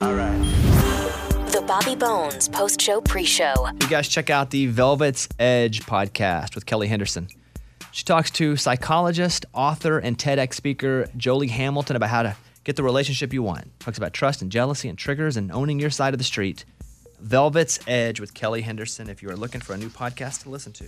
All right. The Bobby Bones post show pre show. You guys check out the Velvet's Edge podcast with Kelly Henderson. She talks to psychologist, author, and TEDx speaker Jolie Hamilton about how to get the relationship you want. Talks about trust and jealousy and triggers and owning your side of the street. Velvet's Edge with Kelly Henderson if you are looking for a new podcast to listen to.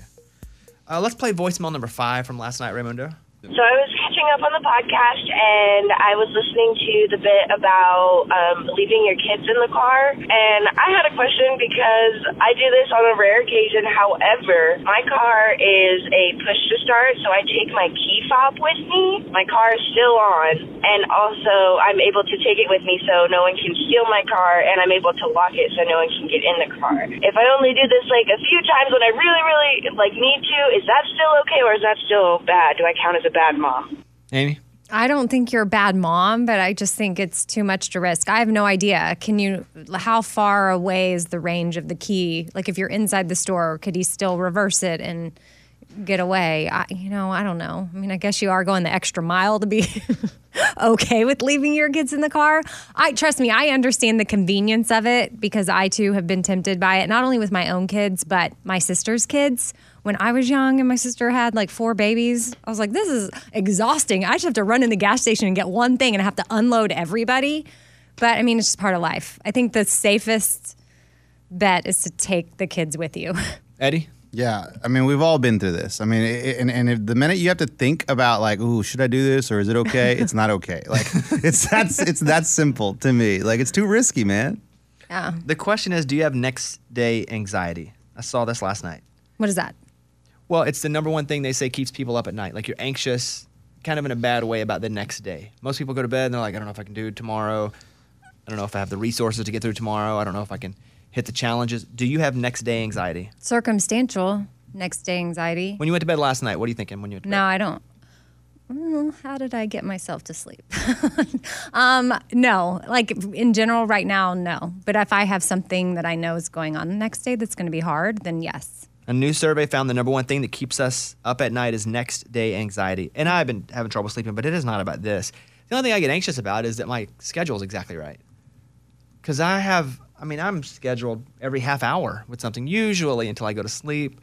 Uh, let's play voicemail number five from last night, Raymundo. So I was catching up on the podcast, and I was listening to the bit about um, leaving your kids in the car. And I had a question because I do this on a rare occasion. However, my car is a push to start, so I take my key fob with me. My car is still on, and also I'm able to take it with me so no one can steal my car, and I'm able to lock it so no one can get in the car. If I only do this like a few times when I really, really like need to, is that still okay or is that still bad? Do I count as a bad mom? Amy? I don't think you're a bad mom, but I just think it's too much to risk. I have no idea. Can you, how far away is the range of the key? Like if you're inside the store, could he still reverse it and get away? I, you know, I don't know. I mean, I guess you are going the extra mile to be okay with leaving your kids in the car. I, trust me, I understand the convenience of it because I too have been tempted by it, not only with my own kids, but my sister's kids when I was young and my sister had like four babies, I was like, this is exhausting. I just have to run in the gas station and get one thing and I have to unload everybody. But I mean, it's just part of life. I think the safest bet is to take the kids with you. Eddie? Yeah, I mean, we've all been through this. I mean, i i- and and if the minute you have to think about like, ooh, should I do this or is it okay? It's not okay. Like, it's that's it's that simple to me. Like, it's too risky, man. The question is Do you have next day anxiety? I saw this last night. What is that? Well, it's the number one thing they say keeps people up at night. Like you're anxious, kind of in a bad way about the next day. Most people go to bed and they're like, I don't know if I can do it tomorrow. I don't know if I have the resources to get through tomorrow. I don't know if I can hit the challenges. Do you have next day anxiety? Circumstantial next day anxiety. When you went to bed last night, what are you thinking when you went to No, I don't. Mm, How did I get myself to sleep? um, no, like in general, right now, no. But if I have something that I know is going on the next day that's going to be hard, then yes. bed? A new survey found the number one thing that keeps us up at night is next day anxiety. And I've been having trouble sleeping, but it is not about this. The only thing I get anxious about is that my schedule is exactly right. because I have, I mean, I'm scheduled every half hour with something, usually until I go to sleep.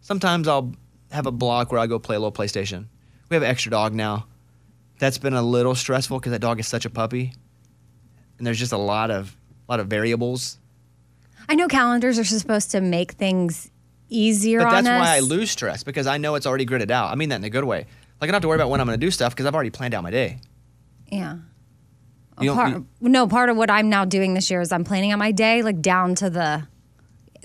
Sometimes I'll have a block where I go play a little PlayStation. We have an extra dog now. That's been a little stressful because that dog is such a puppy, and there's just a lot of lot of variables. I know calendars are supposed to make things easier But on that's us. why I lose stress because I know it's already gridded out. I mean that in a good way. Like I don't have to worry about when I'm going to do stuff because I've already planned out my day. Yeah. You don't- Part, you- no, part of what I'm now doing this year is I'm planning on my day like down to the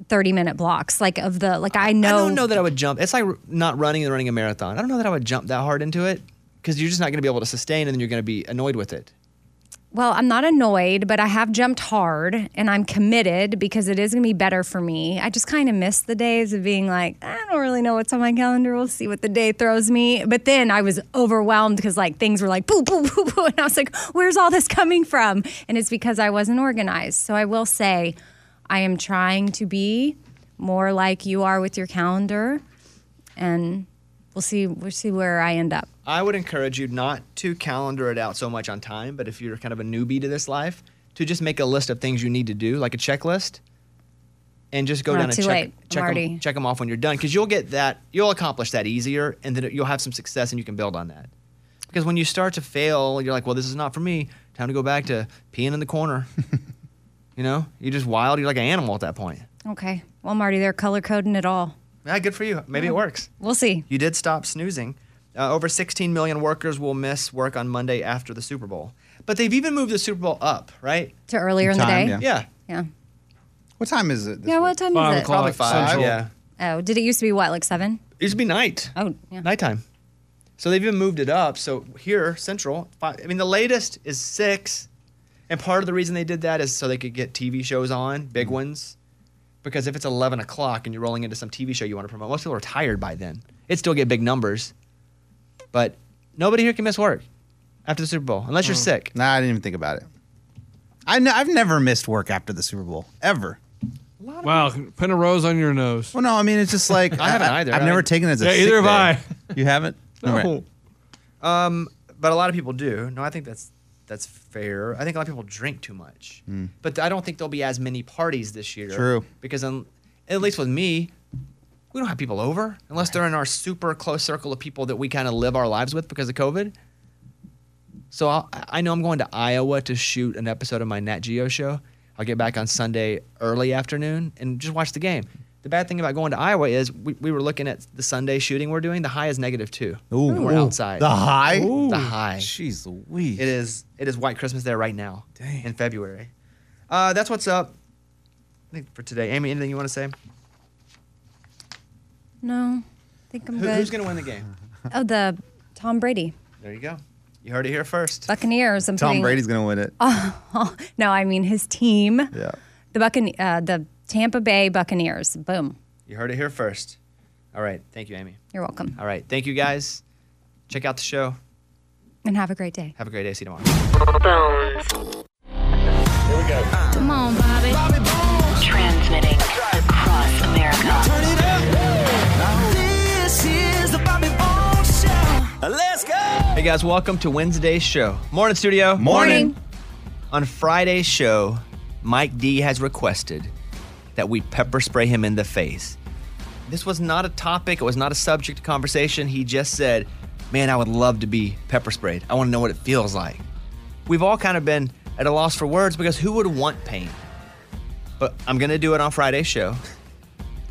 30 minute blocks, like of the like I know. I don't know that I would jump. It's like r- not running and running a marathon. I don't know that I would jump that hard into it because you're just not going to be able to sustain, and then you're going to be annoyed with it. Well, I'm not annoyed, but I have jumped hard and I'm committed because it is going to be better for me. I just kind of miss the days of being like, I don't really know what's on my calendar. We'll see what the day throws me. But then I was overwhelmed because like things were like boo, boo, boo, boo. And I was like, where's all this coming from? And it's because I wasn't organized. So I will say, I am trying to be more like you are with your calendar. And we'll see, we'll see where I end up. I would encourage you not to calendar it out so much on time, but if you're kind of a newbie to this life, to just make a list of things you need to do, like a checklist, and just go Oh, down and too check, late. I'm check, already- them, check 'em off when you're done. Because you'll get that, you'll accomplish that easier, and then you'll have some success and you can build on that. Because when you start to fail, you're like, well, this is not for me. Time to go back to peeing in the corner. you know, you're just wild. You're like an animal at that point. Okay. Well, Marty, they're color coding it all. Yeah, good for you. Maybe it works. We'll see. You did stop snoozing. Uh, over 16 million workers will miss work on Monday after the Super Bowl. But they've even moved the Super Bowl up, right? To earlier in the Time, day. yeah. Yeah. Yeah. What time is it? this Yeah, week? what time Five is it? o'clock. Probably five. Central. Yeah. Oh, did it used to be what, like seven? It used to be night. Oh, yeah. Nighttime. So they've even moved it up. So here, Central, five, I mean, the latest is six. And part of the reason they did that is so they could get TV shows on, big ones. Because if it's 11 o'clock and you're rolling into some TV show you want to promote, most people are tired by then. It still get big numbers. But nobody here can miss work after the Super Bowl, unless you're sick. Nah, I didn't even think about it. I n- I've never missed work after the Super Bowl ever. Wow, putting a rose on your nose. Well, no, I mean it's just like I haven't either. I've I- never taken it as a Yeah, sick either have day. I. You haven't? No. Oh. Um, but a lot of people do. No, I think that's that's fair. I think a lot of people drink too much, but I don't think there'll be as many parties this year. True. Because un- at least with me, we don't have people over unless they're in our super close circle of people that we kind of live our lives with because of COVID. So I'll, I know I'm going to Iowa to shoot an episode of my Nat Geo show. I'll get back on Sunday early afternoon and just watch the game. The bad thing about going to Iowa is we, we were looking at the Sunday shooting we're doing. The high is negative two. Ooh. And we're Ooh. outside. The high? The high. Jeez Louise. It is. It is White Christmas there right now. Dang. In February. Uh, that's what's up. I think for today, Amy. Anything you want to say? No, I think I'm Who, good. who's going to win the game? oh, the Tom Brady There you go. You heard it here first. Buccaneers. I'm Tom putting- Brady's going to win it. No, I mean his team. Yeah. The Buccane- uh, the Tampa Bay Buccaneers. Boom. You heard it here first. All right. Thank you, Amy. You're welcome. All right. Thank you, guys. Check out the show. And have a great day. Have a great day. See you tomorrow. Bones. Come on, Bobby. Transmitting across America. This is the Bobby Bones Show. Let's go. Hey guys, welcome to Wednesday's show. Morning studio. Morning. On Friday's show, Mike D has requested that we pepper spray him in the face. This was not a topic, it was not a subject of conversation. He just said, Man, I would love to be pepper sprayed. I want to know what it feels like. We've all kind of been at a loss for words because who would want pain? But I'm going to do it on Friday's show.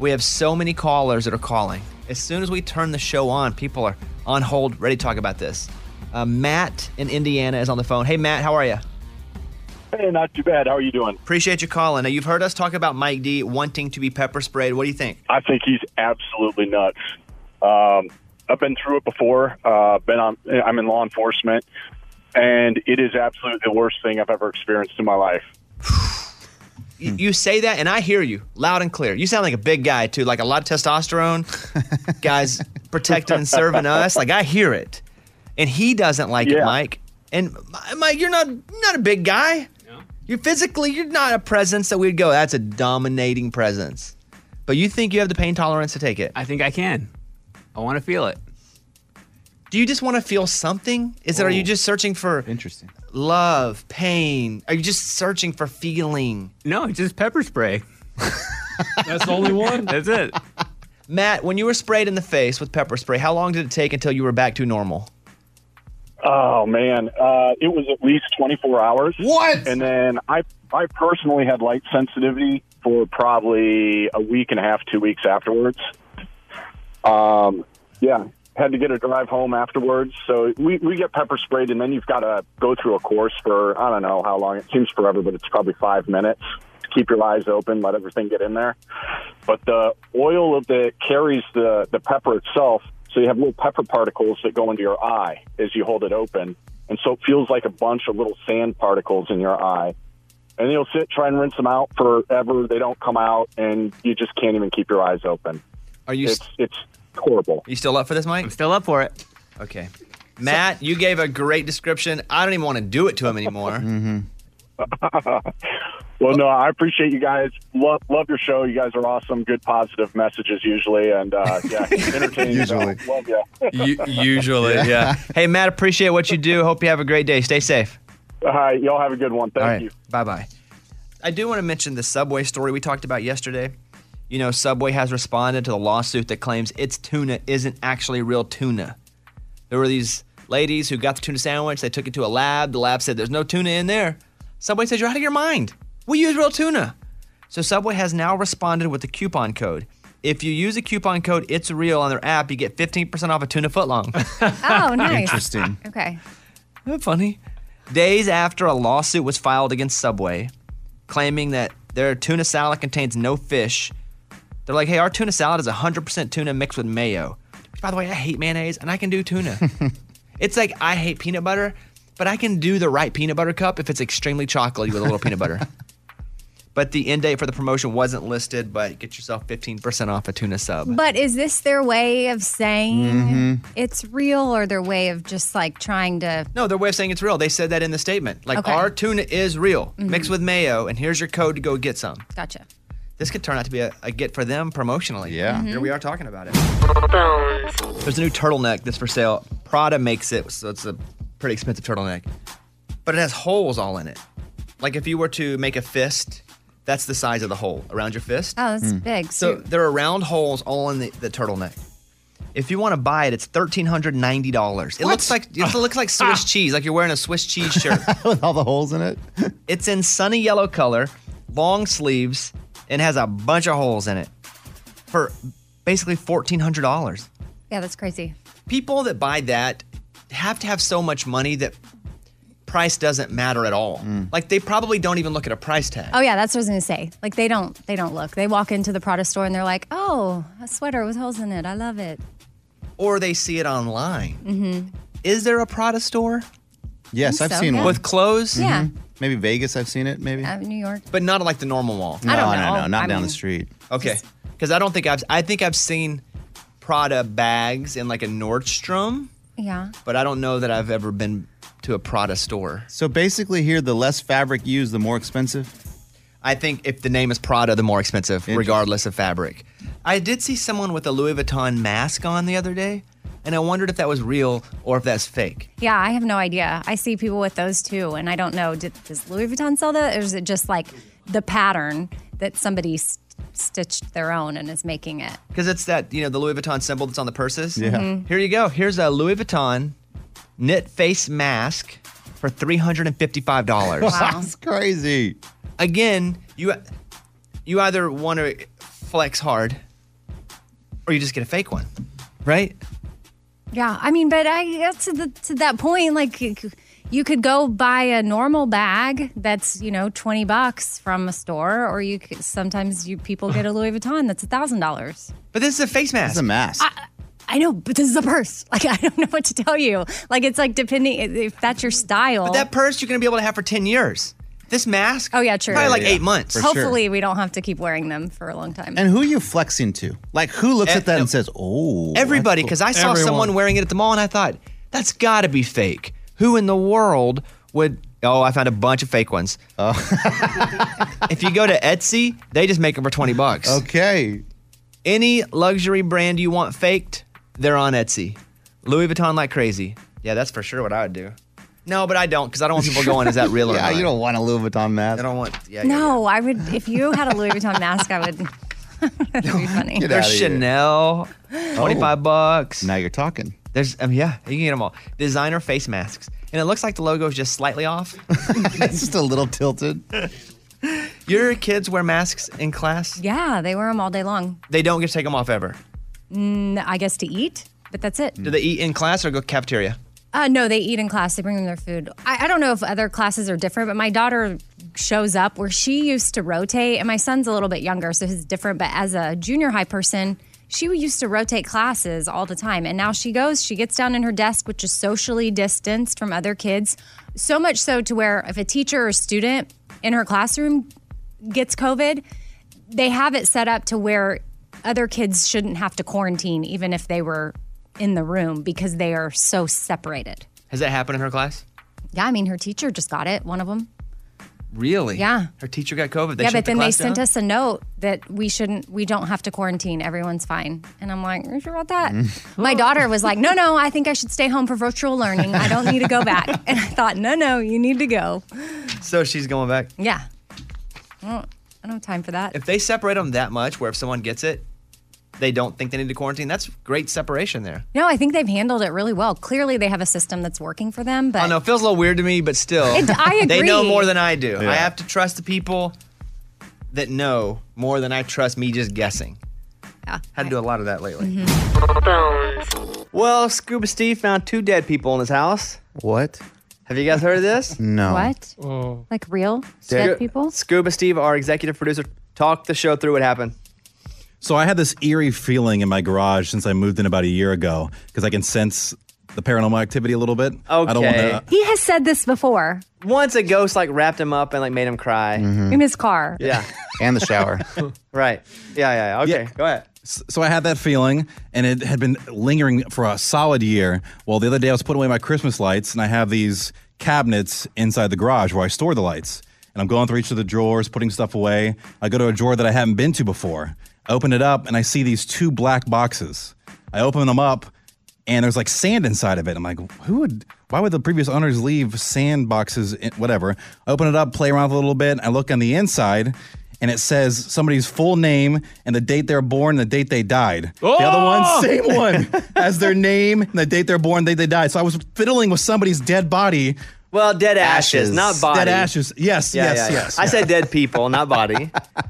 We have so many callers that are calling. As soon as we turn the show on, people are on hold, ready to talk about this. Uh, Matt in Indiana is on the phone. Hey, Matt, how are you? Hey, not too bad. How are you doing? Appreciate you calling. Now, you've heard us talk about Mike D wanting to be pepper sprayed. What do you think? I think he's absolutely nuts. Um, I've been through it before. Uh, been on. I'm in law enforcement, and it is absolutely the worst thing I've ever experienced in my life. You, you say that, and I hear you loud and clear. You sound like a big guy, too, like a lot of testosterone. Guys protecting and serving us. Like, I hear it. And he doesn't like it, Yeah. Mike. And Mi- Mike, you're not not a big guy. You're physically, you're not a presence that we'd go, that's a dominating presence. But you think you have the pain tolerance to take it. I think I can. I want to feel it. Do you just want to feel something? Is it, Oh. are you just searching for Interesting. love, pain? Are you just searching for feeling? No, it's just pepper spray. That's the only one. That's it. Matt, when you were sprayed in the face with pepper spray, how long did it take until you were back to normal? Oh man, uh, it was at least 24 hours. What? And then I, I personally had light sensitivity for probably a week and a half, two weeks afterwards. Um, yeah, had to get a drive home afterwards. So we, we get pepper sprayed, and then you've got to go through a course for I don't know how long. It seems forever, but it's probably five minutes. Keep your eyes open, let everything get in there. But the oil of the carries the the pepper itself, so you have little pepper particles that go into your eye as you hold it open, and so it feels like a bunch of little sand particles in your eye. And you'll sit, try and rinse them out forever. They don't come out, and you just can't even keep your eyes open. Are you It's it's horrible. you still up for this, Mike? I'm still up for it. Okay. Matt, you gave a great description. I don't even want to do it to him anymore. Well, no, I appreciate you guys. Love, love your show. You guys are awesome. Good positive messages usually, and uh, yeah, entertaining. Usually. So, love you. U- usually, yeah. Hey, Matt, appreciate what you do. Hope you have a great day. Stay safe. All right, y'all have a good one. Thank All right. you. Bye bye. I do want to mention the Subway story we talked about yesterday. You know, Subway has responded to the lawsuit that claims its tuna isn't actually real tuna. There were these ladies who got the tuna sandwich, they took it to a lab. The lab said there's no tuna in there. Subway says you're out of your mind. We use real tuna. So Subway has now responded with a coupon code. If you use a coupon code, it's real on their app, you get 15% off a tuna footlong. Oh, nice. Interesting. Okay. Isn't that funny? Days after a lawsuit was filed against Subway, claiming that their tuna salad contains no fish, they're like, "Hey, our tuna salad is 100% tuna mixed with mayo." Which, by the way, I hate mayonnaise, and I can do tuna. it's like I hate peanut butter, but I can do the right peanut butter cup if it's extremely chocolatey with a little peanut butter. But the end date for the promotion wasn't listed. But get yourself 15% off a tuna sub. But is this their way of saying Mm. it's real or their way of just like trying to? No, their way of saying it's real. They said that in the statement. Like Okay. Mm-hmm. our tuna is real, mixed with mayo, and here's your code to go get some. Gotcha. this could turn out to be a, a get for them promotionally. Yeah. Mm-hmm. Here we are talking about it. There's a new turtleneck that's for sale. Prada makes it, so it's a pretty expensive turtleneck. but it has holes all in it. Like if you were to make a fist, that's the size of the hole around your fist. Oh, that's big. So So, there are round holes all in the, the turtleneck. If you want to buy it, it's thirteen hundred ninety dollars. It looks like it looks like Swiss cheese, like you're wearing a Swiss cheese shirt. with all the holes in it. it's in sunny yellow color, long sleeves, and has a bunch of holes in it for basically fourteen hundred dollars. yeah, that's crazy. People that buy that have to have so much money that price doesn't matter at all. Mm. Like they probably don't even look at a price tag. Oh yeah, that's what I was gonna say. Like they don't they don't look. They walk into the Prada store and they're like, oh, a sweater with holes in it. I love it. or they see it online. Is there a Prada store Yes, think I've so, seen yeah. one. Mm-hmm. with clothes? Yeah, Maybe Vegas, I've seen it. Maybe. Uh, New York. but not like the normal mall. no, I don't no, know. no, not I down mean- the street. Okay, because I don't think I've I think I've seen Prada bags in like a Nordstrom, Yeah. but I don't know that I've ever been to a Prada store. So basically, here the less fabric used, the more expensive. I think if the name is Prada, the more expensive, regardless of fabric. I did see someone with a Louis Vuitton mask on the other day, and I wondered if that was real or if that's fake. Yeah, I have no idea. I see people with those too, and I don't know. Did, does Louis Vuitton sell that, or is it just like the pattern that somebody s- stitched their own and is making it? Because it's that, you know, the Louis Vuitton symbol that's on the purses. Yeah. Mhm. Here you go. Here's a Louis Vuitton knit face mask for $355. Wow. That's crazy. Again, you you either want to flex hard or you just get a fake one, right? Yeah, I mean, but I guess to, the, to that point, like you c- you could go buy a normal bag that's you know twenty bucks from a store, or you could, sometimes you people get a Louis Vuitton that's a thousand dollars. But this is a face mask. It's a mask. I know, but this is a purse. Like I don't know what to tell you. Like it's like depending if that's your style. that purse you're going to be able to have for 10 years. This mask? Oh, yeah, true. Probably like Yeah, yeah. 8 months. For sure. Hopefully, we don't have to keep wearing them for a long time. and who are you flexing to? Like, who looks Eh, at that no. and says, "Oh"? Everybody, because I saw Everyone. someone wearing it at the mall and I thought, that's got to be fake. Who in the world would. Oh, I found a bunch of fake ones. Oh. if you go to Etsy, they just make them for 20 bucks. Okay. Any luxury brand you want faked, they're on Etsy. Louis Vuitton like crazy. Yeah, that's for sure what I would do. No, but I don't because I don't want people going, is that real or Yeah, not? you don't want a Louis Vuitton mask. I don't want. Yeah, yeah, yeah. no, I would. If you had a Louis Vuitton mask, I would. That'd be funny. Get There's outta here. Chanel, 25 bucks. Oh. Now you're talking. There's, um, yeah, you can get them all. Designer face masks. And it looks like the logo's just slightly off. it's Oh. just a little tilted. Your kids wear masks in class? Yeah, they wear them all day long. They don't get to take them off ever. N- I guess to eat, but that's it. Do they eat in class or go cafeteria? Uh, no, they eat in class. They bring them their food. I, I don't know if other classes are different, but my daughter shows up where she used to rotate, and my son's a little bit younger, so he's different. But as a junior high person, she used to rotate classes all the time, and now she goes. She gets down in her desk, which is socially distanced from other kids, so much so to where if a teacher or student in her classroom gets COVID, they have it set up to where other kids shouldn't have to quarantine, even if they were in the room, because they are so separated. Has that happened in her class? Yeah, I mean, her teacher just got it, one of them. Really? Yeah. Her teacher got COVID. They yeah, shut but the then they class sent down? us a note that we shouldn't, we don't have to quarantine. Everyone's fine. And I'm like, Are you sure about that? Mm. My daughter was like, no, no, I think I should stay home for virtual learning. I don't need to go back. And I thought, no, no, you need to go. So she's going back. Yeah. I don't, I don't have time for that. If they separate them that much, where if someone gets it, they don't think they need to quarantine, that's great separation there. No, I think they've handled it really well. Clearly, they have a system that's working for them, but I know it feels a little weird to me, but still, It- I They know agree. more than I do. I have to trust the people that know more than I trust me just guessing. Yeah. Mm-hmm. Had to do a lot of that lately. Well, Scuba Steve found two dead people in his house. What? Have you guys heard of this? No. what? Like real dead people? Scuba Steve, our executive producer, talked the show through what happened. So I had this eerie feeling in my garage since I moved in about a year ago because I can sense the paranormal activity a little bit. I don't Okay. want to. He has said this before Once a ghost like wrapped him up and like made him cry. in his car. Yeah. And the shower. Right. Yeah, yeah, yeah. Okay, Yeah. go ahead. So I had that feeling, and it had been lingering for a solid year. Well, the other day I was putting away my Christmas lights, and I have these cabinets inside the garage where I store the lights. And I'm going through each of the drawers, putting stuff away. I go to a drawer that I haven't been to before. I open it up, and I see these two black boxes. I open them up, and there's like sand inside of it. I'm like, who would? Why would the previous owners leave sand boxes? In, whatever. I open it up, play around with it a little bit. I look on the inside, and it says somebody's full name and the date they're born, and the date they died. The other Oh! one, same one, as their name and the date they're born, the date they died. So I was fiddling with somebody's dead body. Well, dead ashes, not body. Dead ashes. Yes, Yeah, yes, yeah, yeah. yes. I said dead people, not body. But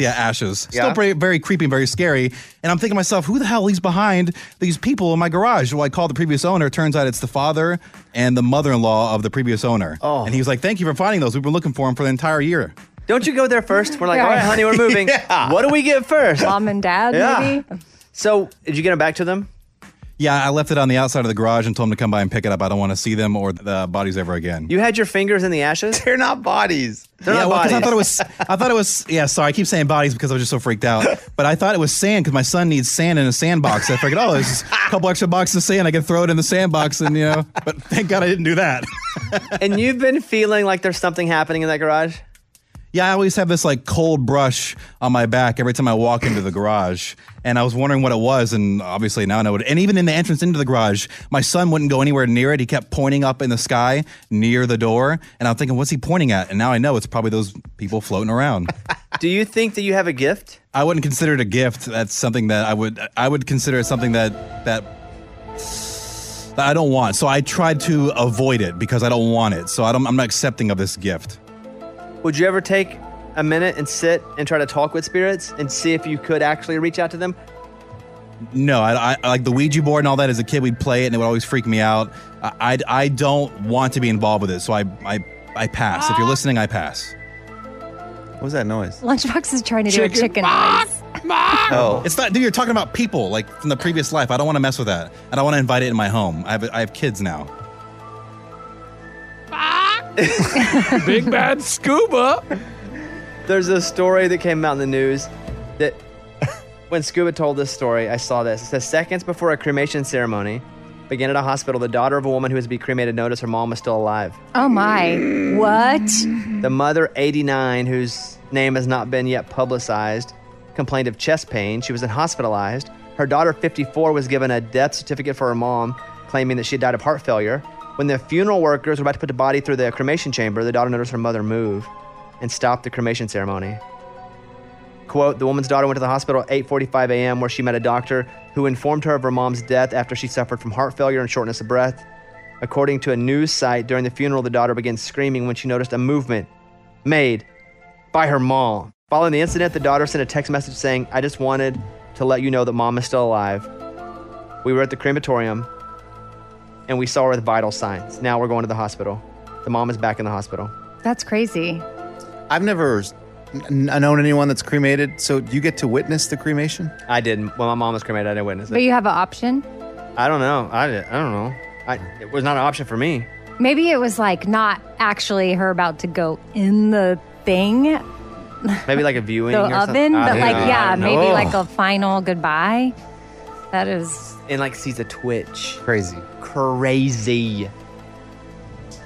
yes. Yeah, ashes. Yeah. Still pretty, very creepy and very scary. And I'm thinking to myself, who the hell leaves behind these people in my garage? Well, I called the previous owner. Turns out it's the father and the mother-in-law of the previous owner. Oh. And he was like, "Thank you for finding those. We've been looking for them for the entire year." Don't you go there first? We're like, Yeah. all right, honey, we're moving. Yeah. What do we get first? Mom and dad, Yeah. maybe? So, did you get them back to them? Yeah, I left it on the outside of the garage and told him to come by and pick it up. I don't want to see them or the bodies ever again. You had your fingers in the ashes? They're not bodies. They're yeah, not well, 'cause bodies. I thought it was. I thought it was. Yeah, sorry. I keep saying bodies because I was just so freaked out. But I thought it was sand because my son needs sand in a sandbox. I figured, oh, there's just a couple extra boxes of sand. I can throw it in the sandbox, and you know. But thank God I didn't do that. and you've been feeling like there's something happening in that garage? Yeah, I always have this like cold brush on my back every time I walk into the garage. And I was wondering what it was, and obviously now I know it. And even in the entrance into the garage, my son wouldn't go anywhere near it. He kept pointing up in the sky near the door. And I'm thinking, what's he pointing at? And now I know it's probably those people floating around. Do you think that you have a gift? I wouldn't consider it a gift. That's something that I would I would consider it something that that that I don't want. So I tried to avoid it because I don't want it. So I don't, I'm not accepting of this gift. Would you ever take a minute and sit and try to talk with spirits and see if you could actually reach out to them? No, I, I like the Ouija board and all that. As a kid, we'd play it and it would always freak me out. I I, I don't want to be involved with it. So I I I pass. If you're listening, I pass. What was that noise? Lunchbox is trying to do a Chicken chicken noise. Oh, it's not, dude. You're talking about people like from the previous life. I don't want to mess with that. I don't want to invite it in my home. I have I have kids now. Big bad scuba. There's a story that came out in the news that when Scuba told this story, I saw this. It says seconds before a cremation ceremony began at a hospital, the daughter of a woman who was to be cremated noticed her mom was still alive. Oh my. What? The mother, 89, whose name has not been yet publicized, complained of chest pain. She was then hospitalized. Her daughter, 54, was given a death certificate for her mom, claiming that she had died of heart failure. When the funeral workers were about to put the body through the cremation chamber, the daughter noticed her mother move and stopped the cremation ceremony. Quote, the woman's daughter went to the hospital at 8.45 a.m. where she met a doctor who informed her of her mom's death after she suffered from heart failure and shortness of breath. According to a news site, during the funeral, the daughter began screaming when she noticed a movement made by her mom. Following the incident, the daughter sent a text message saying, I just wanted to let you know that mom is still alive. We were at the crematorium and we saw her with vital signs. Now we're going to the hospital. The mom is back in the hospital. That's crazy. I've never s- n- known anyone that's cremated. So do you get to witness the cremation? I didn't. When my mom was cremated, I didn't witness it. But you have an option? I don't know. I, di- I don't know. I, it was not an option for me. Maybe it was like not actually her about to go in the thing, Maybe like a viewing the or oven, something. I but don't like, know. I Ah, yeah, don't know. maybe like a final goodbye. That is. and like sees a twitch. Crazy. Crazy.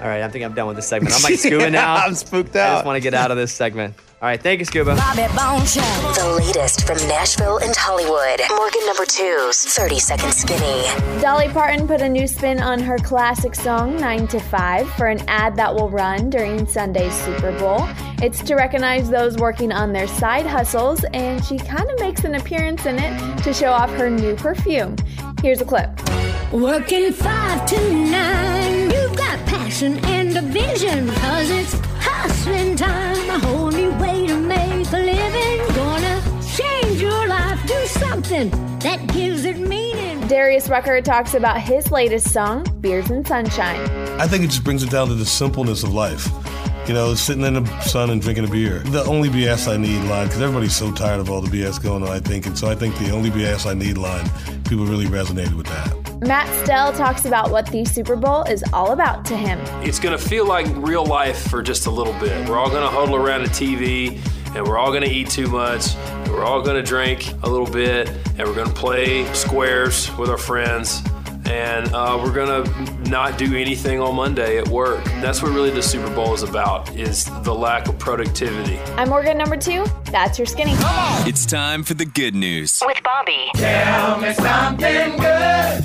All right, I think I'm done with this segment. I'm like scuba Yeah, now. I'm spooked out. I just want to get out of this segment. All right, thank you, scuba. Bobby Bone Show. The latest from Nashville and Hollywood. Morgan number two's 30 Second Skinny. Dolly Parton put a new spin on her classic song 9 to 5 for an ad that will run during Sunday's Super Bowl. It's to recognize those working on their side hustles, and she kind of makes an appearance in it to show off her new perfume. Here's a clip. Working five to nine, you've got passion and a vision because it's hustling time. A whole new way to make a living. Gonna change your life, do something that gives it meaning. Darius Rucker talks about his latest song, Beers and Sunshine. I think it just brings it down to the simpleness of life. You know, sitting in the sun and drinking a beer. The only BS I need line, because everybody's so tired of all the BS going on, I think. And so I think the only BS I need line, people really resonated with that. Matt Stell talks about what the Super Bowl is all about to him. It's going to feel like real life for just a little bit. We're all going to huddle around a TV and we're all going to eat too much. And we're all going to drink a little bit and we're going to play squares with our friends. And uh, we're gonna not do anything on Monday at work. That's what really the Super Bowl is about: is the lack of productivity. I'm Morgan number two. That's your skinny. It's time for the good news. With Bobby. Tell me something good.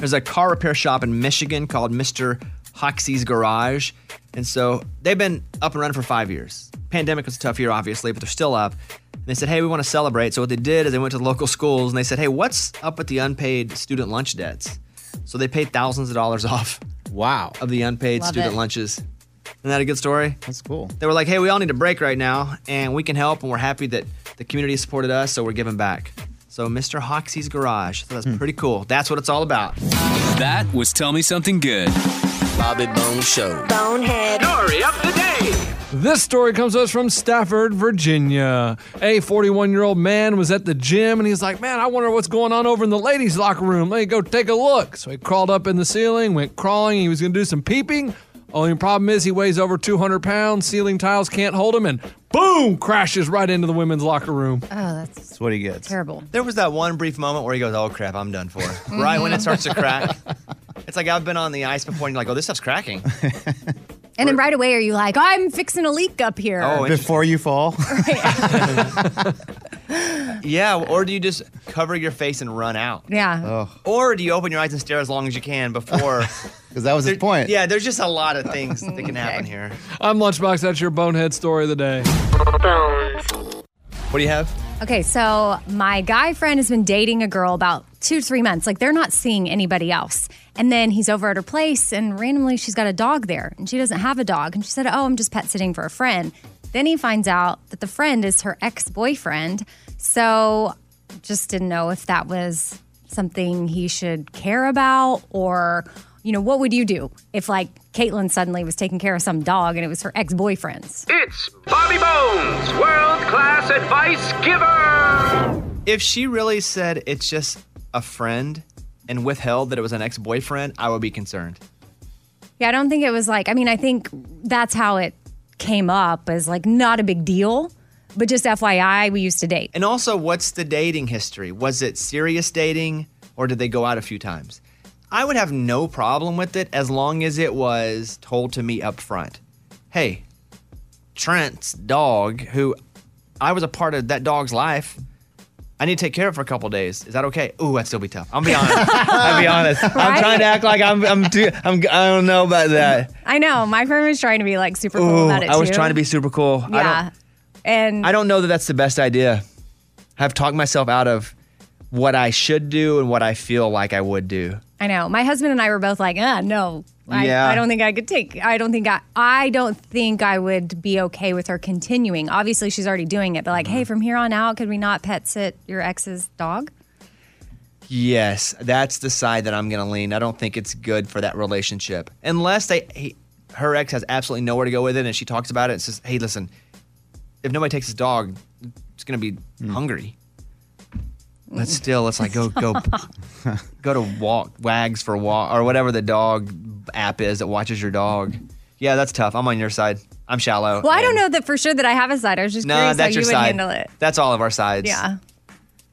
There's a car repair shop in Michigan called Mr. Hoxie's Garage. And so they've been up and running for five years. Pandemic was a tough year, obviously, but they're still up. And they said, hey, we want to celebrate. So what they did is they went to the local schools and they said, hey, what's up with the unpaid student lunch debts? So they paid thousands of dollars off. Wow. Of the unpaid Love student it. lunches. Isn't that a good story? That's cool. They were like, hey, we all need a break right now, and we can help, and we're happy that the community supported us, so we're giving back. So, Mr. Hoxie's Garage. So, that's Hmm. pretty cool. That's what it's all about. That was Tell Me Something Good. Bobby Bone Show. Bonehead. Story of the day. This story comes to us from Stafford, Virginia. A 41 year old man was at the gym and he's like, Man, I wonder what's going on over in the ladies' locker room. Let me go take a look. So he crawled up in the ceiling, went crawling. He was going to do some peeping. Only problem is he weighs over 200 pounds. Ceiling tiles can't hold him and boom, crashes right into the women's locker room. Oh, that's That's what he gets. terrible. Mm-hmm. There was that one brief moment where he goes, oh, crap, I'm done for. right when it starts to crack. It's like I've been on the ice before, and you're like, oh, this stuff's cracking. And then right away, are you like, I'm fixing a leak up here? Oh, Before you fall. yeah, or do you just cover your face and run out? yeah. Or do you open your eyes and stare as long as you can before? Because that was his point. Yeah, there's just a lot of things that can happen here. I'm Lunchbox. That's your bonehead story of the day. What do you have? Okay, so my guy friend has been dating a girl about two, three months. Like they're not seeing anybody else. And then he's over at her place, and randomly she's got a dog there, and she doesn't have a dog. And she said, Oh, I'm just pet sitting for a friend. Then he finds out that the friend is her ex boyfriend. So just didn't know if that was something he should care about or. You know, what would you do if, like, Caitlyn suddenly was taking care of some dog and it was her ex boyfriend's? It's Bobby Bones, world class advice giver. If she really said it's just a friend and withheld that it was an ex boyfriend, I would be concerned. Yeah, I don't think it was like, I mean, I think that's how it came up as like not a big deal, but just FYI, we used to date. And also, what's the dating history? Was it serious dating or did they go out a few times? I would have no problem with it as long as it was told to me up front. Hey, Trent's dog, who I was a part of that dog's life, I need to take care of for a couple days. Is that okay? Ooh, that'd still be tough. I'll be honest. I'll be honest. I'm Right? trying to act like I'm. I'm too. I'm. I don't know about that. I know my friend was trying to be like super cool Ooh, about it I was too. trying to be super cool. I don't, Yeah. And I don't know that that's the best idea. I've talked myself out of what I should do and what I feel like I would do. I know. My husband and I were both like, uh, no. I, Yeah. I don't think I could take. I don't think I. I don't think I would be okay with her continuing. Obviously, she's already doing it, but like, Mm-hmm. hey, from here on out, could we not pet sit your ex's dog? Yes, that's the side that I'm going to lean. I don't think it's good for that relationship unless they he, her ex has absolutely nowhere to go with it, and she talks about it and says, "Hey, listen, if nobody takes his dog, it's going to be hungry." But still, it's like go go go to walk wags for walk or whatever the dog app is that watches your dog. Yeah, that's tough. I'm on your side. I'm shallow. Well, I don't know that for sure that I have a side. I was just Oh, No, curious how that's you your would side. handle it. That's all of our sides. Yeah.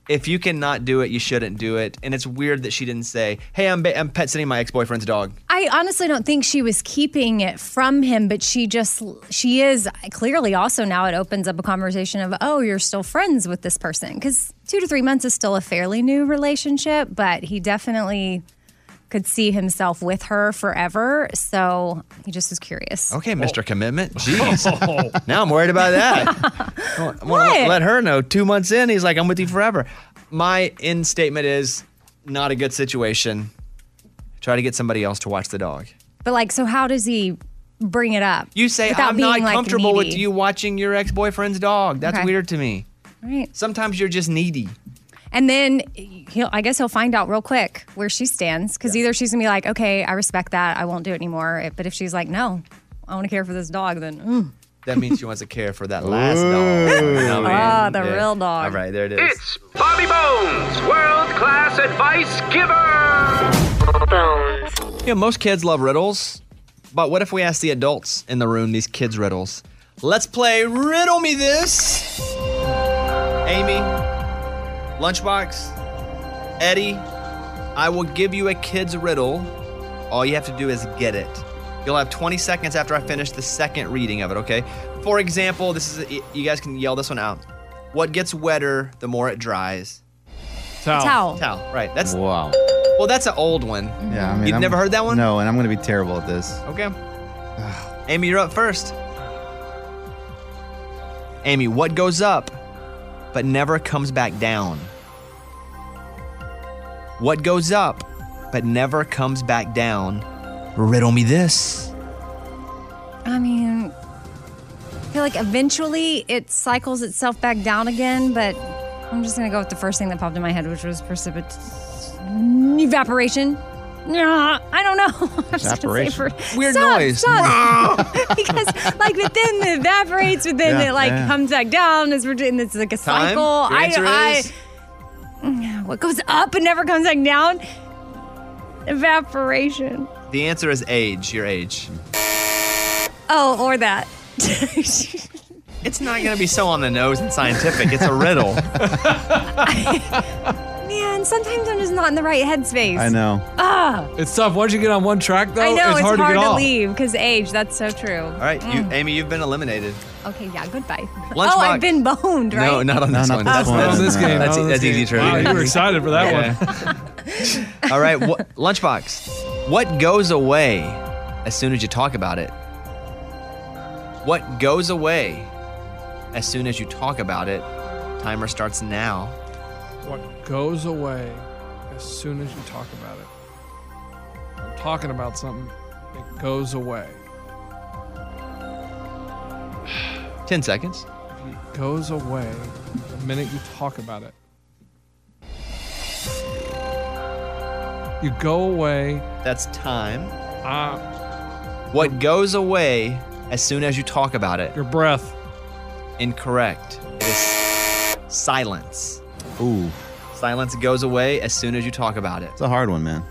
if you cannot do it, you shouldn't do it. And it's weird that she didn't say, "Hey, I'm ba- I'm pet sitting my ex boyfriend's dog." I honestly don't think she was keeping it from him, but she just, she is clearly also now it opens up a conversation of, oh, you're still friends with this person. Because two to three months is still a fairly new relationship, but he definitely could see himself with her forever. So he just was curious. Okay, Mr. Commitment. Jeez. now I'm worried about that. I want to let her know. Two months in, he's like, "I'm with you forever." My end statement is not a good situation. Try to get somebody else to watch the dog. But like, so how does he bring it up? You say, without "I'm not being, like, comfortable with needy?" you watching your ex boyfriend's dog." That's Okay. weird to me. Right. Sometimes you're just needy. And then he'll, I guess he'll find out real quick where she stands because either she's gonna be like, okay, I respect that, I won't do it anymore. It- But if she's like, no, I want to care for this dog, then mm. That means she wants to care for that last dog. Ooh. You know what Ah, the Yeah. real dog. All right, there it is. It's Bobby Bones, world class advice giver. You know, most kids love riddles, but what if we ask the adults in the room these kids' riddles? Let's play Riddle Me This. Amy, Lunchbox, Eddie, I will give you a kid's riddle. All you have to do is get it. You'll have 20 seconds after I finish the second reading of it, okay? For example, this is you guys can yell this one out. What gets wetter the more it dries? Towel. Towel, right. That's wow. Well, that's an old one. Yeah, I mean, You've I'm- never heard that one? No, and I'm going to be terrible at this. Okay. Amy, you're up first. Amy, what goes up but never comes back down? What goes up but never comes back down? Riddle me this. I mean, I feel like eventually it cycles itself back down again, but I'm just gonna go with the first thing that popped in my head, which was precipitation evaporation. Nah, I don't know. I was gonna say Evaporation. for- Weird Stop, noise. stop. because like within it evaporates, but then Yeah, it like yeah. comes back down. It's, and it's like a Time? cycle. Your answer is? I, what goes up and never comes back down? Evaporation. The answer is age, your age. Oh, or that. It's not going to be so on the nose and scientific. It's a riddle. Man, sometimes I'm just not in the right headspace. know. Ah, It's tough. Once you get on one track, though, I know it's, it's, hard, to get off. leave because age. That's so true. All right, you, Amy, you've been eliminated. Okay, yeah, goodbye. Lunchbox. Oh, I've been boned, right? No, not on this one. That's Not on that's- this game. That's, Not on that's this easy game. trivia. Oh, Wow, you were excited for that one. All right, wha- lunchbox. What goes away as soon as you talk about it? What goes away as soon as you talk about it? Timer starts now. What goes away as soon as you talk about it? I'm talking about something. It goes away. 10 seconds. It goes away the minute you talk about it. You go away. Ah. That's time. what goes away as soon as you talk about it? Your breath. Incorrect. It is silence. Ooh, Silence goes away as soon as you talk about it. it's a hard one, man.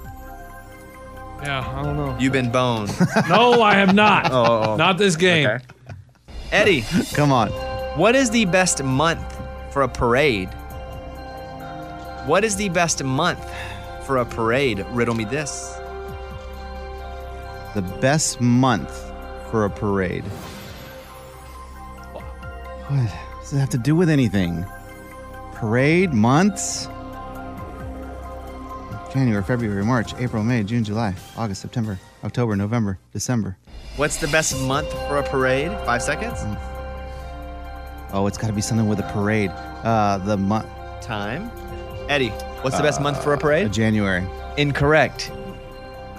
Yeah, I don't know. You've been boned. Oh, no, I have not. Not this game. Eddie. Come on. What is the best month for a parade? What is the best month for a parade? Riddle me this. The best month for a parade. What does it have to do with anything? Parade months? January, February, March, April, May, June, July, August, September, October, November, December. What's the best month for a parade? Five seconds. Mm. Oh, it's got to be something with a parade. Uh, the month. Time. Eddie, what's the best month for a parade? Uh, January. Incorrect.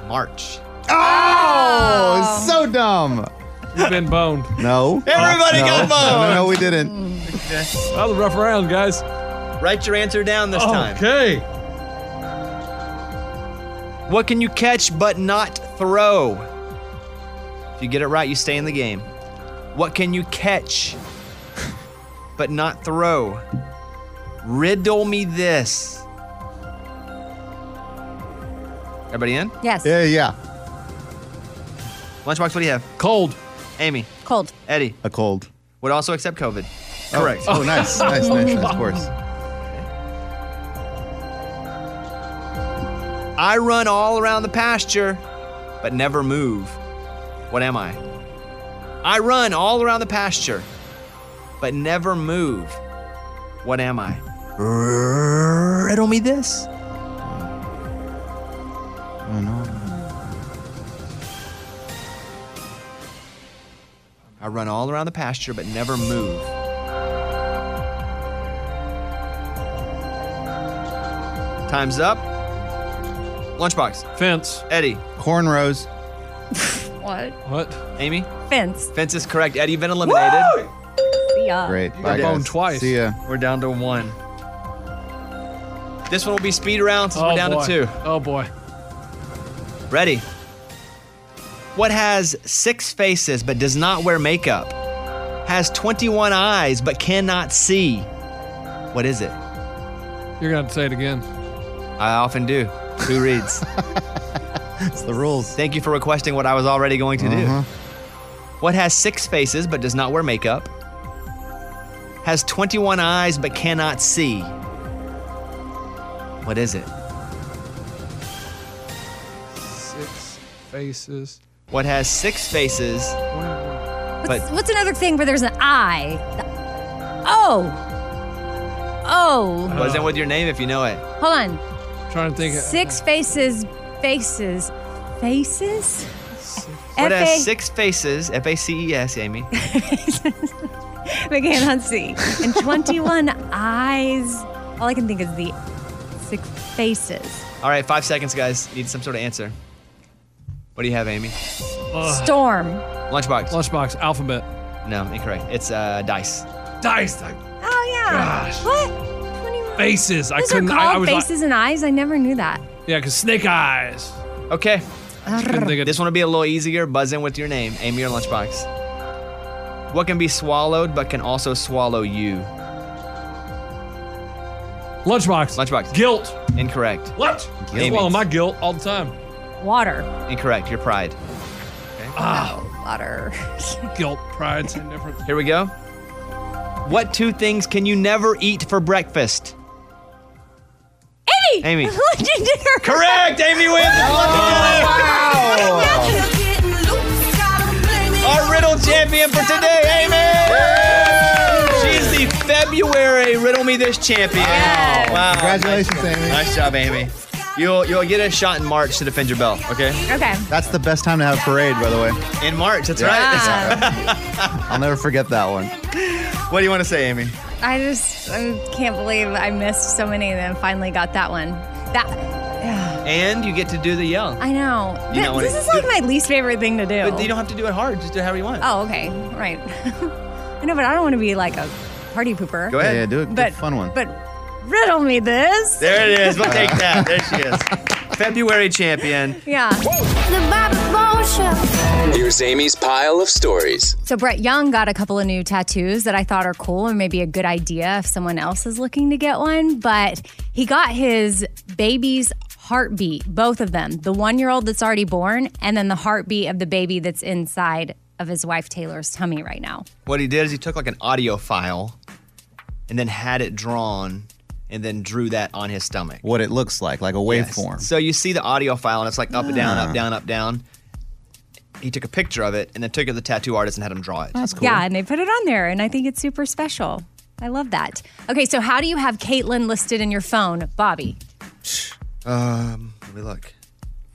March. Oh, so dumb. You've been boned. No. Everybody no. got boned. No, no, we didn't. That was a rough round, guys. Write your answer down this time. Okay. What can you catch but not throw? If you get it right, you stay in the game. What can you catch but not throw? Riddle me this. Everybody in? Yes. Yeah, yeah. Lunchbox, what do you have? Cold. Amy. Cold. Eddie. A cold. Would also accept COVID. Oh, Correct. Oh, nice, nice, nice, nice. Of course. I run all around the pasture, but never move. What am I? I run all around the pasture, but never move. What am I? Riddle me this. Oh no. I run all around the pasture, but never move. Time's up. Lunchbox. Fence. Eddie. Cornrows. What? What? Amy. Fence. Fence is correct. Eddie, you've been eliminated. See ya. Great. You Bye, got guys. boned twice. See ya. We're down to one. This one will be speed round since oh, we're down boy. to two. Oh, boy. Ready? What has six faces but does not wear makeup? Has 21 eyes but cannot see? What is it? You're going to say it again. I often do. Who reads? it's the rules. Thank you for requesting what I was already going to Uh-huh. do. What has six faces but does not wear makeup? Has 21 eyes but cannot see? What is it? Six faces. What has six faces but What's another thing where there's an eye? The- Oh. Oh. wasn't with your name if you know it? Hold on. Trying trying to think. Six faces, faces, faces. What F A- has six faces? F A C E S, Amy. they cannot see. And 21 eyes. All I can think is the six faces. All right, five seconds, guys. Need some sort of answer. What do you have, Amy? Storm. Lunchbox. Lunchbox. Alphabet. No, incorrect. It's uh, dice. Dice. Oh, yeah. Gosh. What? Faces. I Those couldn't. are I, called I was like- faces and eyes? I never knew that. yeah, because snake eyes. Okay. This one will be a little easier. Buzz in with your name, Amy or Lunchbox. What can be swallowed but can also swallow you? Lunchbox. Lunchbox. Guilt. Incorrect. What? Amy. Swallow my guilt all the time. Water. Incorrect. Your pride. Ah. Water. guilt, pride, same difference. Here we go. What two things can you never eat for breakfast? Amy! Amy. Correct! Amy wins! Oh, Oh, Our riddle champion for today, Amy! She's the February Riddle Me This champion. Wow. Congratulations, Amy. Nice job, Amy. You'll you'll get a shot in March to defend your belt, okay? Okay. That's the best time to have a parade, by the way. In March, that's Yeah. right. I'll never forget that one. What do you want to say, Amy? I just I can't believe I missed so many and then finally got that one. That And you get to do the yell. I know. You Th- know what this it- is like my least favorite thing to do. But you don't have to do it hard. Just do it however you want. Oh, okay. Right. I know, but I don't want to be like a party pooper. Go ahead. Yeah, do a But fun one. Uh, But riddle me this. There it is. We'll take that. There she is. February champion. Yeah. Here's Amy's pile of stories. So Brett Young got a couple of new tattoos that I thought are cool and maybe a good idea if someone else is looking to get one. But he got his baby's heartbeat, both of them, the one year old that's already born, and then the heartbeat of the baby that's inside of his wife Taylor's tummy right now. What he did is he took like an audio file and then had it drawn and then drew that on his stomach. What it looks like, like a waveform. So you see the audio file and it's like up and down, Ah. up, down, up, down. He took a picture of it and then took it to the tattoo artist and had him draw it. That's cool. Yeah, and they put it on there, and I think it's super special. I love that. Okay, so how do you have Caitlyn listed in your phone, Bobby? Um, let me look.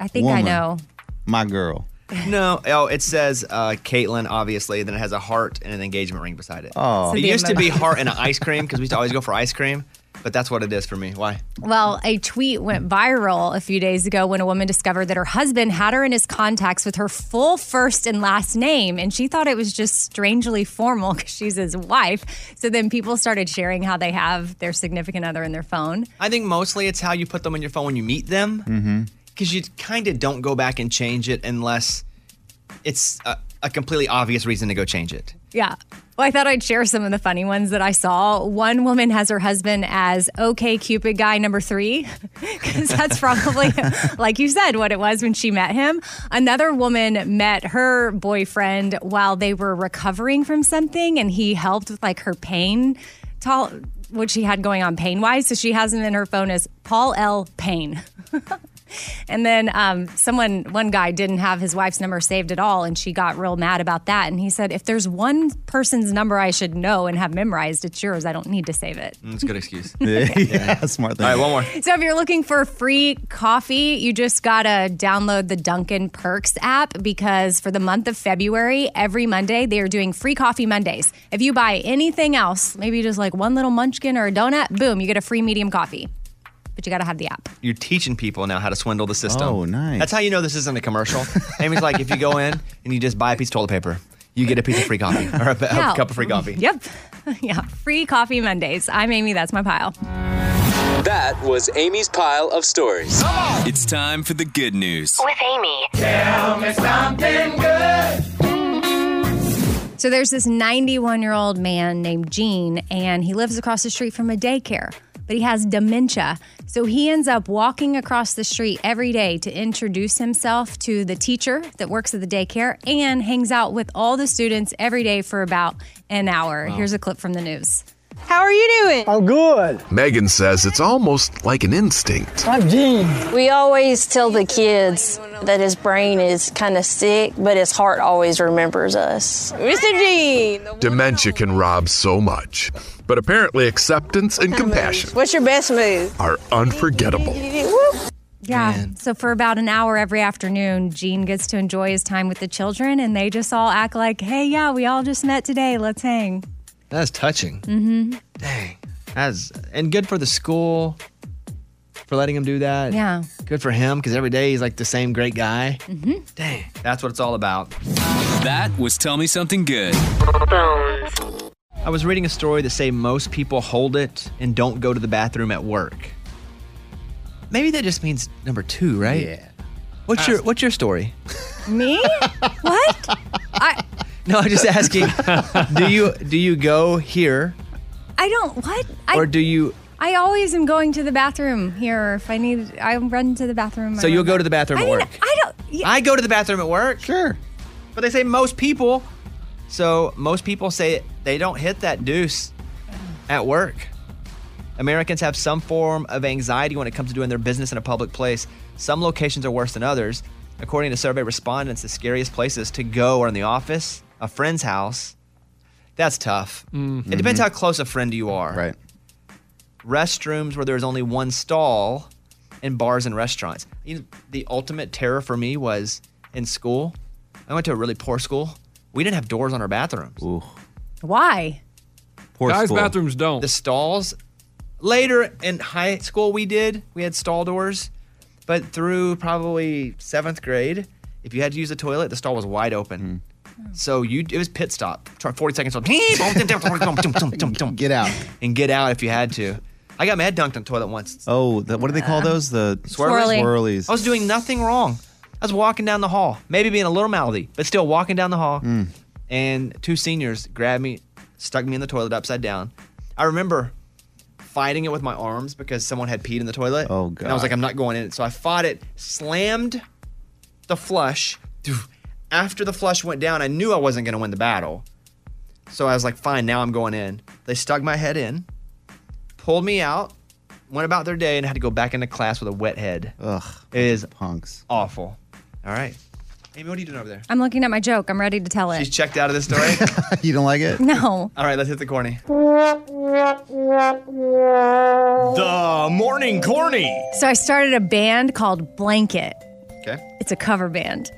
I think I Woman. know. My girl. No, oh, it says uh, Caitlin, obviously. Then it has a heart and an engagement ring beside it. it Oh. So the used to be emo- heart and an ice cream because we used to always go for ice cream, but that's what it is for me. Why? Well, a tweet went viral a few days ago when a woman discovered that her husband had her in his contacts with her full first and last name, and she thought it was just strangely formal because she's his wife. So then people started sharing how they have their significant other in their phone. I think mostly it's how you put them on your phone when you meet them Mm-hmm. because you kind of don't go back and change it unless it's a, a completely obvious reason to go change it. Yeah. Well, I thought I'd share some of the funny ones that I saw. One woman has her husband as OK Cupid guy number three, because that's probably, like you said, what it was when she met him. Another woman met her boyfriend while they were recovering from something, and he helped with like her pain, tol- what she had going on pain wise. So she has him in her phone as Paul L. Payne. And then um, someone, one guy didn't have his wife's number saved at all, and she got real mad about that. And he said, If there's one person's number I should know and have memorized, it's yours. I don't need to save it. It's Mm, a good excuse. yeah, smart thing. All right, one more. So if you're looking for free coffee, you just gotta download the Dunkin' Perks app because for the month of February, every Monday they are doing free coffee Mondays. If you buy anything else, maybe just like one little munchkin or a donut, boom, you get a free medium coffee. But you gotta have the app. You're teaching people now how to swindle the system. Oh, nice. That's how you know this isn't a commercial. Amy's like, if you go in and you just buy a piece of toilet paper, you get a piece of free coffee or a, a Yeah. cup of free coffee. Yep. yeah. Free coffee Mondays. I'm Amy. That's my pile. That was Amy's pile of stories. It's time for the good news. With Amy. Tell me something good. So there's this 91 year old man named Gene, and he lives across the street from a daycare, but he has dementia. So he ends up walking across the street every day to introduce himself to the teacher that works at the daycare and hangs out with all the students every day for about an hour. Here's a clip from the news. How are you doing? I'm good. Megan says it's almost like an instinct. I'm Gene. We always tell the kids that his brain is kind of sick, but his heart always remembers us. Mr. Gene. Dementia can rob so much, but apparently acceptance and compassion What's your best move? are unforgettable. Yeah. So for about an hour every afternoon, Gene gets to enjoy his time with the children, and they just all act like, "Hey, yeah, we all just met today. Let's hang." That's touching. Mm-hmm. That's and good for the school for letting him do that. Yeah. Good for him because every day he's like the same great guy. Mm-hmm. Dang, that's what it's all about. That was Tell Me Something Good. I was reading a story that say most people hold it and don't go to the bathroom at work. Maybe that just means number two, right? Yeah. What's your What's your story? Me? what? I No, I'm just asking. do you do you go here I don't what? or I do you? I always am going to the bathroom here. If I need, I run to the bathroom. So I you'll run go back. to the bathroom I at mean, work. I don't. Yeah, I go to the bathroom at work. Sure. But they say most people. So most people say they don't hit that deuce at work. Americans have some form of anxiety when it comes to doing their business in a public place. Some locations are worse than others. According to survey respondents, the scariest places to go are in the office, a friend's house. That's tough. It depends how close a friend you are. Mm-hmm. Right. Restrooms where there's only one stall and bars and restaurants. You know, the ultimate terror for me was in school. I went to a really poor school. We didn't have doors on our bathrooms. Ooh. Why? Poor Guys' school. bathrooms don't. The stalls. Later in high school, we did. We had stall doors. But through probably seventh grade, if you had to use the toilet, the stall was wide open. So you, it was pit stop. Try- Forty seconds. get out and get out if you had to. I got my head dunked on the toilet once. Oh, the, what do they call those? The Swirly. Swirlies. I was doing nothing wrong. I was walking down the hall, maybe being a little mouthy, but still walking down the hall. Mm. And two seniors grabbed me, stuck me in the toilet upside down. I remember fighting it with my arms because someone had peed in the toilet. Oh god! And I was like, I'm not going in. So I fought it, slammed the flush. After the flush went down, I knew I wasn't going to win the battle. So I was like, fine, now I'm going in. They stuck my head in, pulled me out, went about their day, and had to go back into class with a wet head. Ugh. It is punks. Awful. All right. Amy, what are you doing over there? I'm looking at my joke. I'm ready to tell it. She's checked out of this story. you don't like it? No. All right, let's hit the corny. The morning corny. So I started a band called Blanket. Okay. It's a cover band.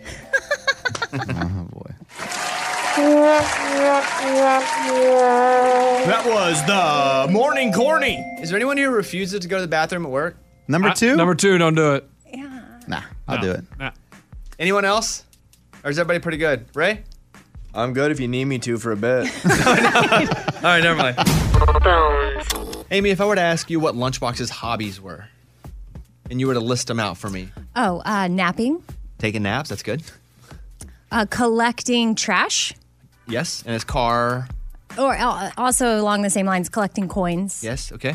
That was the morning corny. Is there anyone who refuses to go to the bathroom at work? Number two? Number two, don't do it. Nah, I'll do it. Anyone else? Or is everybody pretty good? Ray? I'm good if you need me to for a bit. All right, never mind. Amy, if I were to ask you what Lunchbox's hobbies were, and you were to list them out for me, Oh, uh, napping, taking naps, that's good. uh, collecting trash, Yes. And his car, or uh, also along the same lines, collecting coins. yes, okay.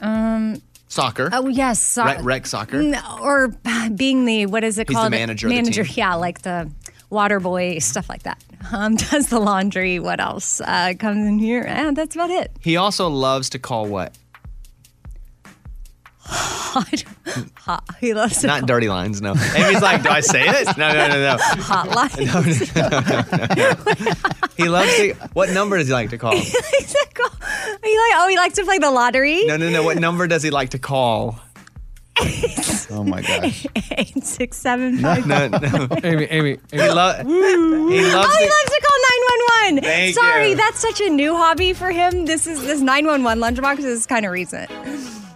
Um, Soccer. Oh yes, so- Rec, rec soccer. Mm, or being the what is it He's the called? manager of the Manager, team. yeah, like the water boy stuff like that. Um, does the laundry? What else uh, comes in here? And that's about it. He also loves to call what? Hot. He loves it. Not dirty lines, no. Amy's like, do I say it? No, no, no, no. Hotline. No, He loves to. What number does he like to call? he likes to call. He like oh, he likes to play the lottery. No, no, no. What number does he like to call? oh my gosh. Eight six seven No, five. no, no. Amy, Amy, He, lo- he loves oh, he to- loves to call 911. Thank Sorry, you. that's such a new hobby for him. This is this 911 lunchbox is kind of recent.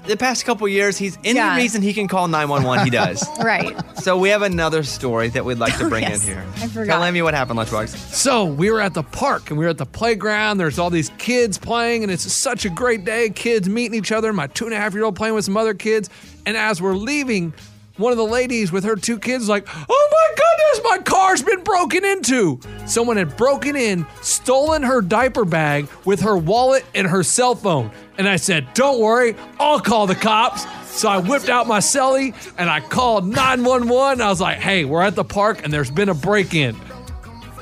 the past couple years, he's any Yeah. reason he can call 911, he does. Right. Oh, so we have another story that we'd like to bring yes. in here. I forgot. Tell Amy what happened, Lunchbox. So we were at the park and we were at the playground. There's all these kids playing, and it's such a great day. Kids meeting each other. My two and a half year old playing with some other kids. And as we're leaving, one of the ladies with her two kids is like, "Oh my goodness, my car's been broken into! Someone had broken in, stolen her diaper bag with her wallet and her cell phone." And I said, "Don't worry, I'll call the cops." So I whipped out my celly and I called 911. I was like, "Hey, we're at the park and there's been a break in."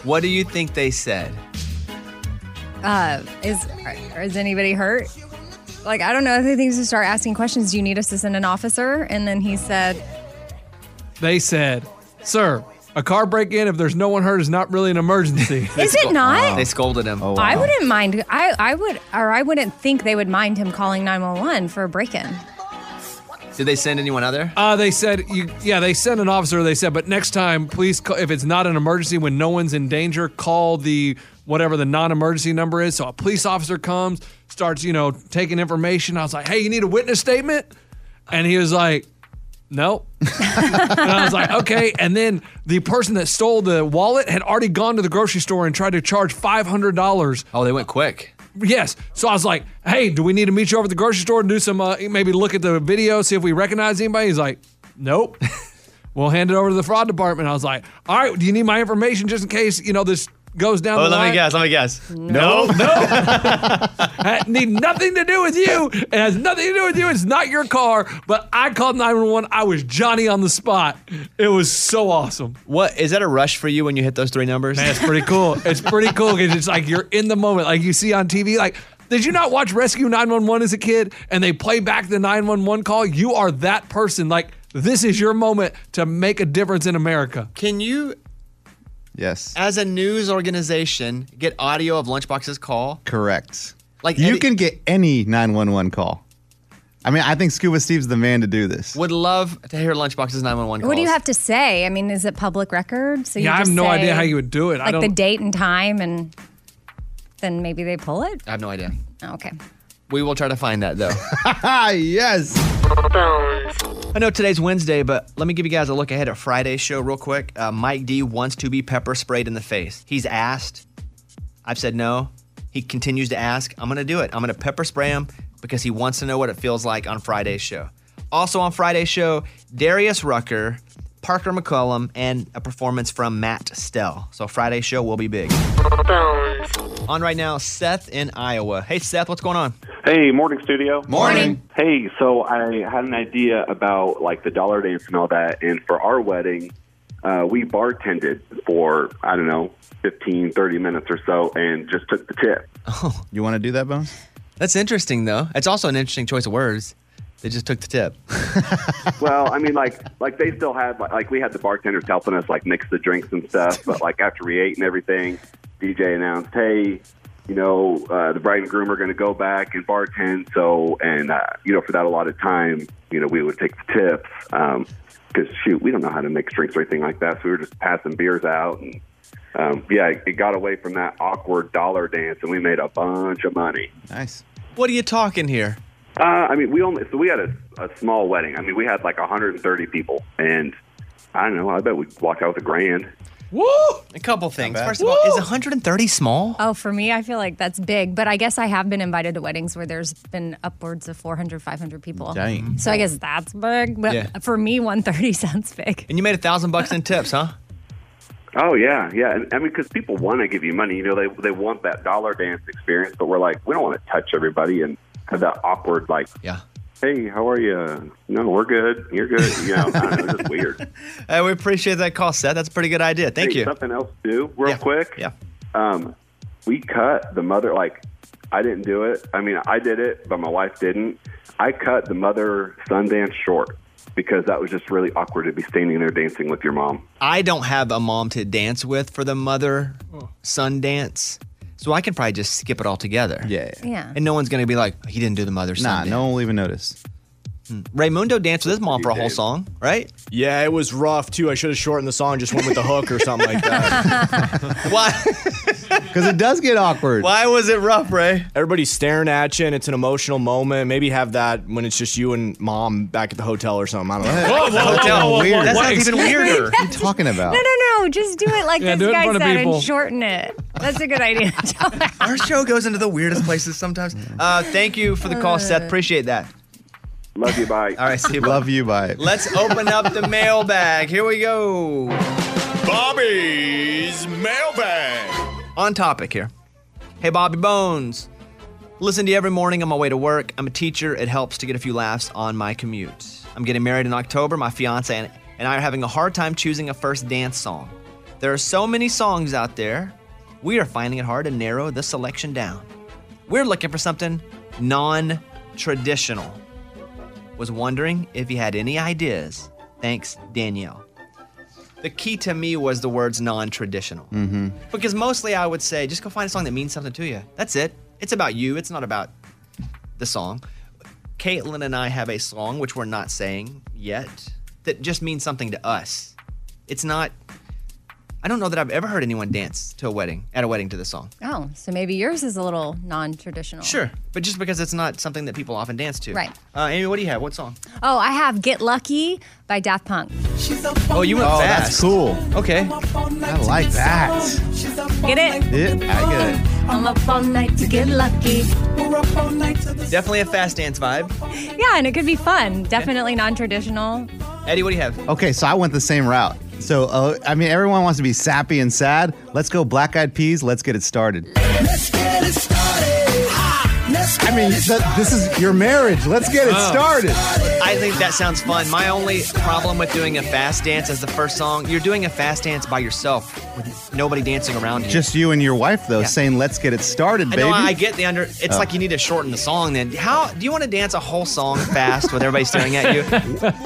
What do you think they said? uh, is are- is anybody hurt? Like I don't know. They things to start asking questions. Do you need us to send an officer? And then he said, They said, "Sir, a car break-in if there's no one hurt is not really an emergency." Is it not? They scolded him. Oh, "I wouldn't mind. I I would or I wouldn't think they would mind him calling 911 for a break-in." Did they send anyone out there? Uh, they said, you, yeah, they sent an officer. They said, but next time, please, call, if it's not an emergency when no one's in danger, call the whatever the non-emergency number is. So a police officer comes, starts, you know, taking information. I was like, hey, you need a witness statement, and he was like, no. and I was like, okay. And then the person that stole the wallet had already gone to the grocery store and tried to charge five hundred dollars. Oh, they went quick. Yes. So I was like, hey, do we need to meet you over at the grocery store and do some, uh, maybe look at the video, see if we recognize anybody? He's like, nope. we'll hand it over to the fraud department. I was like, all right, do you need my information just in case, you know, this goes down oh, the let line? me guess. Let me guess. No, no. Had- need nothing to do with you. It has nothing to do with you. It's not your car. But I called 911. I was Johnny on the spot. It was so awesome. What is that a rush for you when you hit those three numbers? Man, it's pretty cool. It's pretty cool because it's like you're in the moment, like you see on TV. Like, did you not watch Rescue 911 as a kid and they play back the 911 call? You are that person. Like, this is your moment to make a difference in America. Can you, Yes. as a news organization, get audio of Lunchbox's call? Correct. Like you any- can get any 911 call. I mean, I think Scuba Steve's the man to do this. Would love to hear Lunchbox's 911 call. What do you have to say? I mean, is it public record? So Yeah, I have just no say, idea how you would do it. I Like the don't- date and time, and then maybe they pull it. I have no idea. Okay. We will try to find that though. yes. I know today's Wednesday, but let me give you guys a look ahead at Friday's show real quick. Uh, Mike D wants to be pepper sprayed in the face. He's asked. I've said no. He continues to ask. I'm going to do it. I'm going to pepper spray him because he wants to know what it feels like on Friday's show. Also on Friday's show, Darius Rucker, Parker McCollum, and a performance from Matt Stell. So Friday's show will be big. On right now, Seth in Iowa. Hey, Seth, what's going on? Hey, morning studio. Morning. Hey, so I had an idea about like the dollar dance and all that, and for our wedding, uh, we bartended for I don't know 15, 30 minutes or so, and just took the tip. You want to do that, Bones? Oh. That's interesting, though. It's also an interesting choice of words. They just took the tip. well, I mean, like like they still had like, like we had the bartenders helping us like mix the drinks and stuff, but like after we ate and everything, DJ announced, "Hey." You know, uh, the bride and groom are going to go back and bartend. So, and uh, you know, for that allotted time, you know, we would take the tips because shoot, we don't know how to mix drinks or anything like that. So we were just passing beers out, and um, yeah, it, it got away from that awkward dollar dance, and we made a bunch of money. Nice. What are you talking here? Uh, I mean, we only so we had a, a small wedding. I mean, we had like 130 people, and I don't know. I bet we walked out with a grand. Woo! A couple things. First of all, is 130 small? Oh, for me, I feel like that's big, but I guess I have been invited to weddings where there's been upwards of 400, 500 people. Dang. So I guess that's big, but Yeah. for me, 130 sounds big. And you made a thousand bucks in tips, huh? Oh yeah, yeah. And, I mean, because people want to give you money. You know, they they want that dollar dance experience, but we're like, we don't want to touch everybody and have that awkward like, yeah. Hey, how are you? No, we're good. You're good. You know, I don't know, it's just weird. Hey, Uh, we appreciate that call, Seth. That's a pretty good idea. Thank Hey, you. Something else too, real quick. Yeah. Um, we cut the mother like I didn't do it. I mean, I did it, but my wife didn't. I cut the mother Sundance short because that was just really awkward to be standing there dancing with your mom. I don't have a mom to dance with for the mother Oh. son dance, so I can probably just skip it all together. Yeah. Yeah. And no one's going to be like, he didn't do the mother son Nah, dance. Hmm. no one will even notice. Raymundo danced with his mom for a whole song, right? Yeah, it was rough too. I should have shortened the song, just went with the hook or something like that. Because it does get awkward. Why was it rough, Ray? Everybody's staring at you, and it's an emotional moment. Maybe have that when it's just you and mom back at the hotel or something. I don't know. Whoa, whoa, Hotel. whoa, whoa, Weird. whoa, That sounds even excuse me? weirder. What are you talking No, about? no, no. Just do it like Yeah, do this it in guy front said of people. and shorten it. That's a good idea. Our show goes into the weirdest places sometimes. Uh, thank you for the call, Uh. Seth. Appreciate that. Love you. Bye. All right. See you. Love you. Bye. Let's open up the mailbag. Here we go. Bobby's mailbag. On topic here. Hey, Bobby Bones. Listen to you every morning on my way to work. I'm a teacher. It helps to get a few laughs on my commute. I'm getting married in October. My fiance and, and I are having a hard time choosing a first dance song. There are so many songs out there, we are finding it hard to narrow the selection down. We're looking for something non traditional. Was wondering if you had any ideas. Thanks, Danielle. The key to me was the words non traditional. Mm-hmm. Because mostly I would say just go find a song that means something to you. That's it. It's about you, it's not about the song. Caitlin and I have a song, which we're not saying yet, that just means something to us. It's not, I don't know that I've ever heard anyone dance to a wedding, at a wedding to this song. Oh, so maybe yours is a little non-traditional. Sure, but just because it's not something that people often dance to. Right. Uh, Amy, what do you have? What song? Oh, I have "Get Lucky" by Daft Punk. Oh, you went Oh, fast. that's cool. Okay. I like that. Get it? Yeah, I get it. I'm up all night to get lucky. We're up all night to Definitely a fast dance vibe. Yeah, and it could be fun. Definitely non-traditional. Eddie, what do you have? Okay, so I went the same route. So, uh, I mean, everyone wants to be sappy and sad. Let's go black eyed peas. Let's get it started. Let's get it started. I mean, th- this is your marriage. Let's get it Oh. started. I think that sounds fun. My only problem with doing a fast dance as the first song, you're doing a fast dance by yourself with nobody dancing around you. Just you and your wife, though, Yeah. saying, let's get it started, I baby. know I get the under. It's Oh. like you need to shorten the song. Then how do you want to dance a whole song fast with everybody staring at you?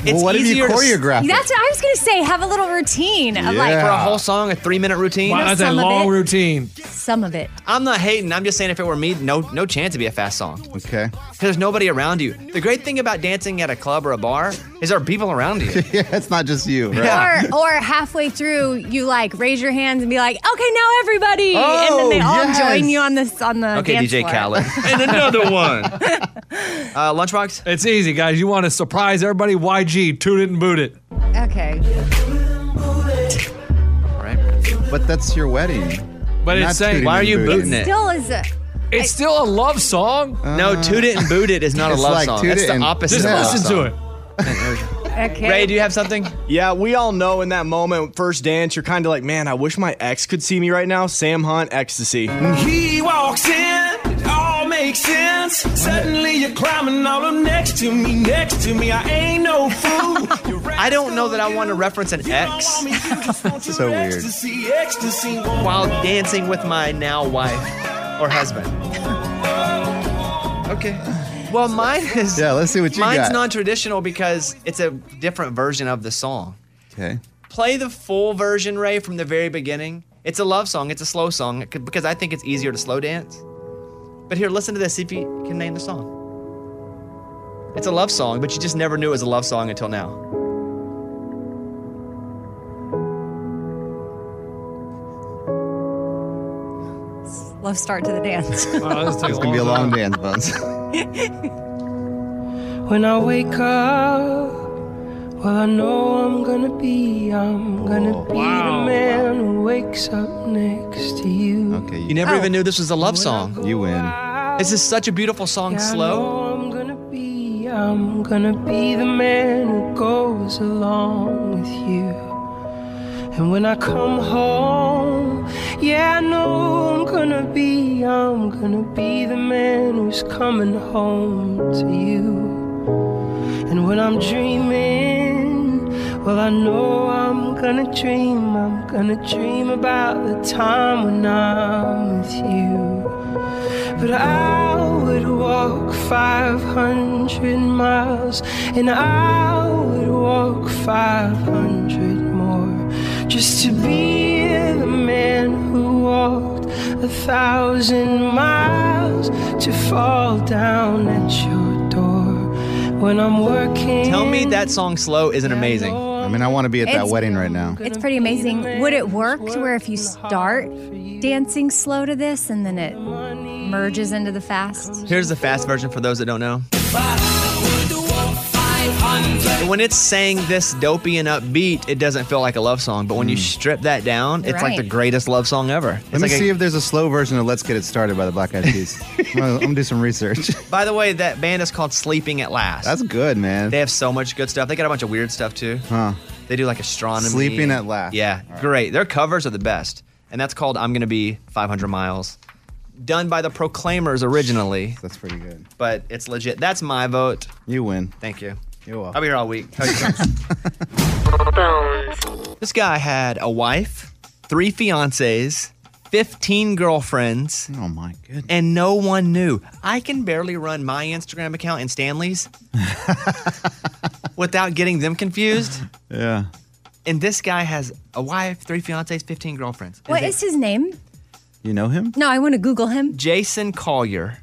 It's what if you easier to s- choreograph That's what I was gonna say. Have a little routine of like for a whole song, a three minute routine. Wow, that's a Some of long it. routine. some of it. I'm not hating. I'm just saying if it were me, no, no chance to be a fast song. Okay. Because there's nobody around you. The great thing about dancing at a club or a bar is there are people around you. yeah, it's not just you. Right? Or, or halfway through, you like raise your hands and be like, "Okay, now everybody," and Oh, then they all yes. join you on this on the Okay, Uh, dance DJ floor. Khaled. and another one. Uh, lunchbox. It's easy, guys. You want to surprise everybody? YG, tune it and boot it. Okay. But that's your wedding. But it's Not saying, tooting and booting. Still is a. It's still a love song. No, Toot It and Boot It is not a It's love like song. Toot That's It the and- opposite. Just of a love listen to song. it. Okay. Ray, do you have something? Yeah, we all know in that moment, first dance, you're kind of like, man, I wish my ex could see me right now. Sam Hunt, ecstasy. He walks in, it all makes sense. Suddenly you're climbing all up next to me, next to me. I ain't no fool. I don't know that I want to reference an ex so weird. ecstasy, ecstasy. while dancing with my now wife or husband. Okay. Well, mine is. Yeah, let's see what you Mine's got. non-traditional because it's a different version of the song. okay. Play the full version, Ray, from the very beginning. It's a love song. It's a slow song c- because I think it's easier to slow dance. But here, listen to this. See if you can name the song. It's a love song, but you just never knew it was a love song until now. Love start to the dance. It's going to be a long dance, Bones. When I wake up, well, I know I'm gonna be, I'm gonna be the man who wakes up next to you. Okay. Oh. You never even knew this was a love song. You win. This is such a beautiful song, slow. I'm gonna be, I'm gonna be the man who goes along with you. And when I come home, yeah, I know I'm gonna be, I'm gonna be the man who's coming home to you. And when I'm dreaming, well, I know I'm gonna dream, I'm gonna dream about the time when I'm with you. But I would walk 500 miles, and I would walk 500 more just to be the man who walked a thousand miles to fall down at your door when I'm working. Tell me that song, slow, isn't amazing. I mean, I want to be at that It's- wedding right now. It's pretty amazing. Would it work to where if you start dancing slow to this and then it merges into the fast? Here's the fast version for those that don't know. When it's saying this dopey and upbeat, it doesn't feel like a love song. But when you strip that down, it's like Right. the greatest love song ever. It's Hmm. Let me like a- see if there's a slow version of Let's Get It Started by the Black Eyed Peas. I'm going to do some research. By the way, that band is called Sleeping at Last. That's good, man. they have so much good stuff. They got a bunch of weird stuff too. Huh. They do like astronomy. Sleeping at Last. Yeah, great. Their covers are the best. And that's called I'm Gonna Be 500 Miles. Done by the Proclaimers originally, That's pretty good. but it's legit. That's my vote. You win. Thank you. You're welcome. I'll be here all week. Tell your friends. this guy had a wife, three fiancés, 15 girlfriends. Oh my goodness. And no one knew. I can barely run my Instagram account and Stanley's without getting them confused. Yeah. And this guy has a wife, three fiancés, 15 girlfriends. And What they- is his name? You know him? No, I want to Google him. Jason Collier.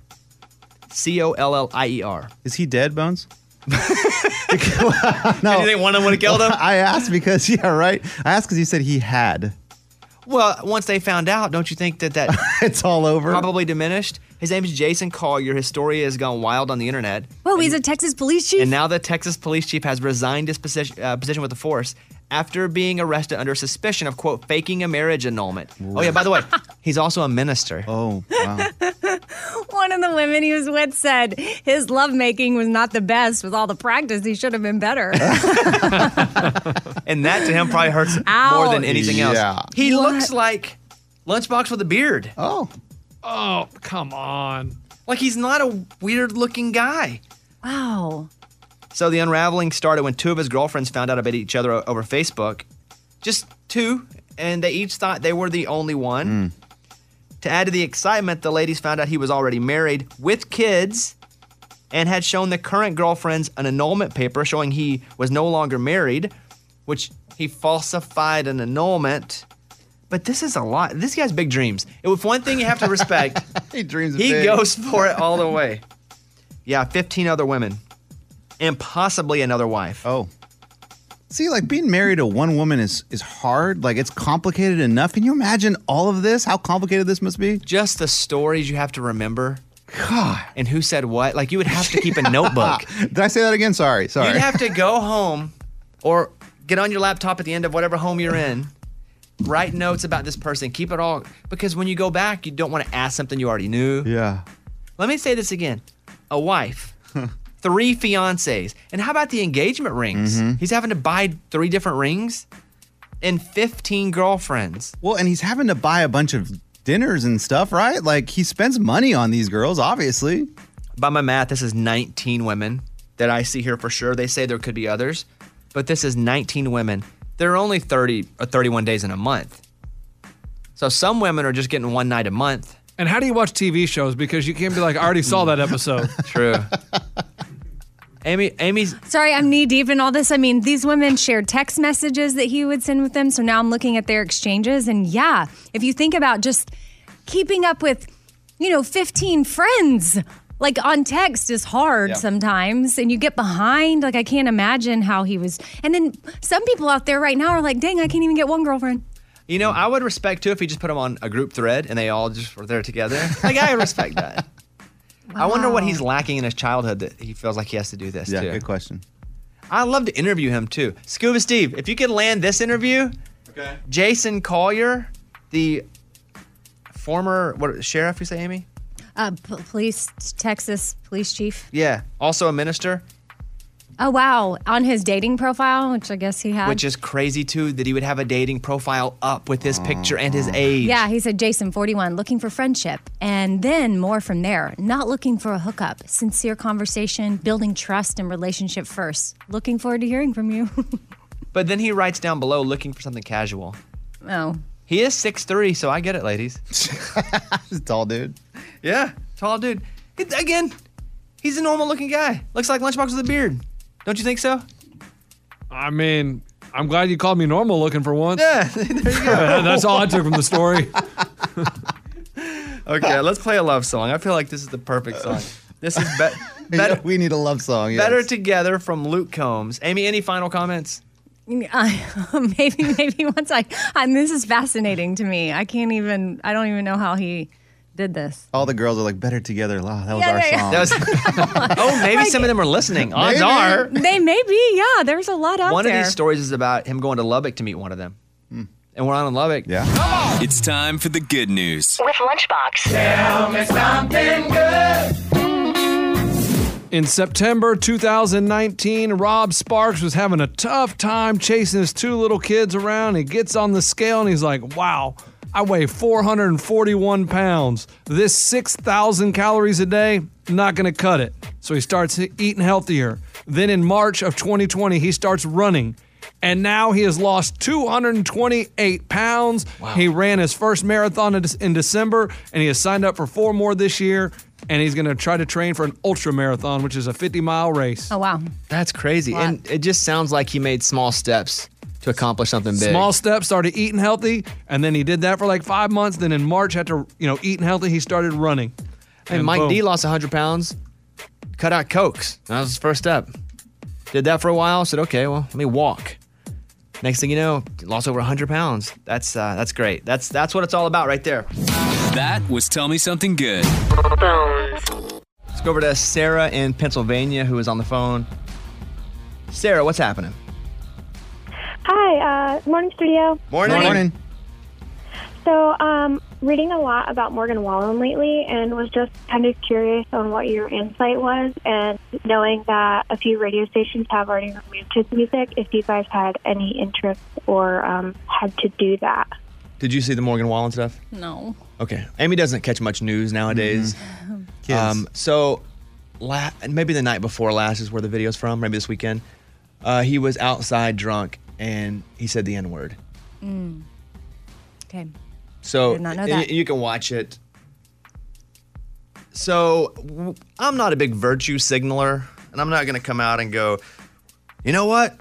C O L L I E R. Is he dead, Bones? no. You didn't want him when it killed him? I asked because yeah, right. I asked because he said he had. Well, once they found out, don't you think that that it's all over? Probably diminished. His name is Jason Collier. His story has gone wild on the internet, Whoa, he's a Texas police chief. and now the Texas police chief has resigned his position, uh, position with the force after being arrested under suspicion of quote faking a marriage annulment. Oh yeah, by the way, he's also a minister. Oh One of the women he was with said his lovemaking was not the best with all the practice. He should have been better. and that to him probably hurts more than anything Yeah. else. He looks like Lunchbox with a beard. Oh. Oh, come on. Like he's not a weird looking guy. Wow. So the unraveling started when two of his girlfriends found out about each other o- over Facebook. Just two, and they each thought they were the only one. To add to the excitement, the ladies found out he was already married with kids and had shown the current girlfriends an annulment paper showing he was no longer married, which he falsified an annulment. But this is a lot. This guy's big dreams. If one thing you have to respect, he dreams. He big. goes for it all the way. Yeah, 15 other women and possibly another wife. Oh. See, like being married to one woman is is hard. Like it's complicated enough. Can you imagine all of this? How complicated this must be? Just the stories you have to remember. God. And who said what? Like you would have to keep a notebook. Did I say that again? Sorry, sorry. You'd have to go home or get on your laptop at the end of whatever home you're in, write notes about this person, keep it all because when you go back, you don't want to ask something you already knew. Yeah. Let me say this again. A wife, three fiancés. And how about the engagement rings? Mm-hmm. He's having to buy three different rings and 15 girlfriends. Well, and he's having to buy a bunch of dinners and stuff, right? Like he spends money on these girls, obviously. By my math, this is 19 women that I see here for sure. They say there could be others, but this is 19 women. There are only 30 or 31 days in a month. So some women are just getting one night a month. And how do you watch TV shows? Because you can't be like, I already saw that episode. True. Amy, Amy's Sorry, I'm knee deep in all this. I mean, these women shared text messages that he would send with them. So now I'm looking at their exchanges. And yeah, if you think about just keeping up with, you know, 15 friends, like on text is hard Yeah. sometimes. And you get behind. Like, I can't imagine how he was. And then some people out there right now are like, dang, I can't even get one girlfriend. You know, I would respect too if he just put them on a group thread and they all just were there together. Like I respect that. I wonder what he's lacking in his childhood that he feels like he has to do this yeah, too. good question. I love to interview him too. Scuba Steve, if you could land this interview, okay. Jason Collier, the former what sheriff you say, Amy? Uh, p- police, Texas police chief. Yeah, also a minister, Oh, wow. On his dating profile, which I guess he had. which is crazy too that he would have a dating profile up with his picture and his age. Yeah, he said Jason 41 looking for friendship and then more from there. Not looking for a hookup, sincere conversation, building trust and relationship first. Looking forward to hearing from you. But then he writes down below looking for something casual. oh. He is 6'3, so I get it, ladies. tall dude. Yeah, tall dude. It, again, he's a normal looking guy. Looks like Lunchbox with a beard. Don't you think so? I mean, I'm glad you called me normal looking for once. Yeah, there you go. That's all I took from the story. Okay, let's play a love song. I feel like this is the perfect song. This is be- Uh, better. we need a love song. yes. Better Together from Luke Combs. Amy, any final comments? Uh, maybe, maybe once I, I mean, this is fascinating to me. I can't even, I don't even know how he did this. All the girls are like better together. Wow, that was Yeah, our yeah, yeah. song. That oh, maybe some of them are listening. Odds are. They may be, yeah. There's a lot out One of there. these stories is about him going to Lubbock to meet one of them. And we're on in Lubbock. Yeah. It's time for the good news. With Lunchbox. Tell me something good. In September 2019, Rob Sparks was having a tough time chasing his two little kids around. He gets on the scale and he's like, wow, I weigh 441 pounds. This 6,000 calories a day, not going to cut it. So he starts eating healthier. Then in March of 2020, he starts running. and now he has lost 228 pounds. He ran his first marathon in in December, and he has signed up for four more this year. And he's going to try to train for an ultra marathon, which is a 50 mile race. Oh, wow. That's crazy. And it just sounds like he made small steps to accomplish something big. Small steps, started eating healthy, and then he did that for like five months. Then in March, after you know eating healthy, he started running. And Mike D boom. lost 100 pounds, cut out Cokes. That was his first step. Did that for a while, said, okay, well, let me walk. Next thing you know, lost over 100 pounds. That's uh, that's great. That's that's what it's all about right there. That was Tell Me Something Good. Let's go over to Sarah in Pennsylvania who is on the phone. Sarah, what's happening? Hi, uh, morning studio. Morning. Morning. So, um, reading a lot about Morgan Wallen lately, and was just kind of curious on what your insight was, and knowing that a few radio stations have already removed his music, if you guys had any interest or um, had to do that. Did you see the Morgan Wallen stuff? No. Okay. Amy doesn't catch much news nowadays. Um, so, la- and maybe the night before last is where the video's from, maybe this weekend. Uh, he was outside drunk and he said the N word. Mm. Okay. So, Did not know and that. y- you can watch it. So, w- I'm not a big virtue signaler, and I'm not going to come out and go, you know what?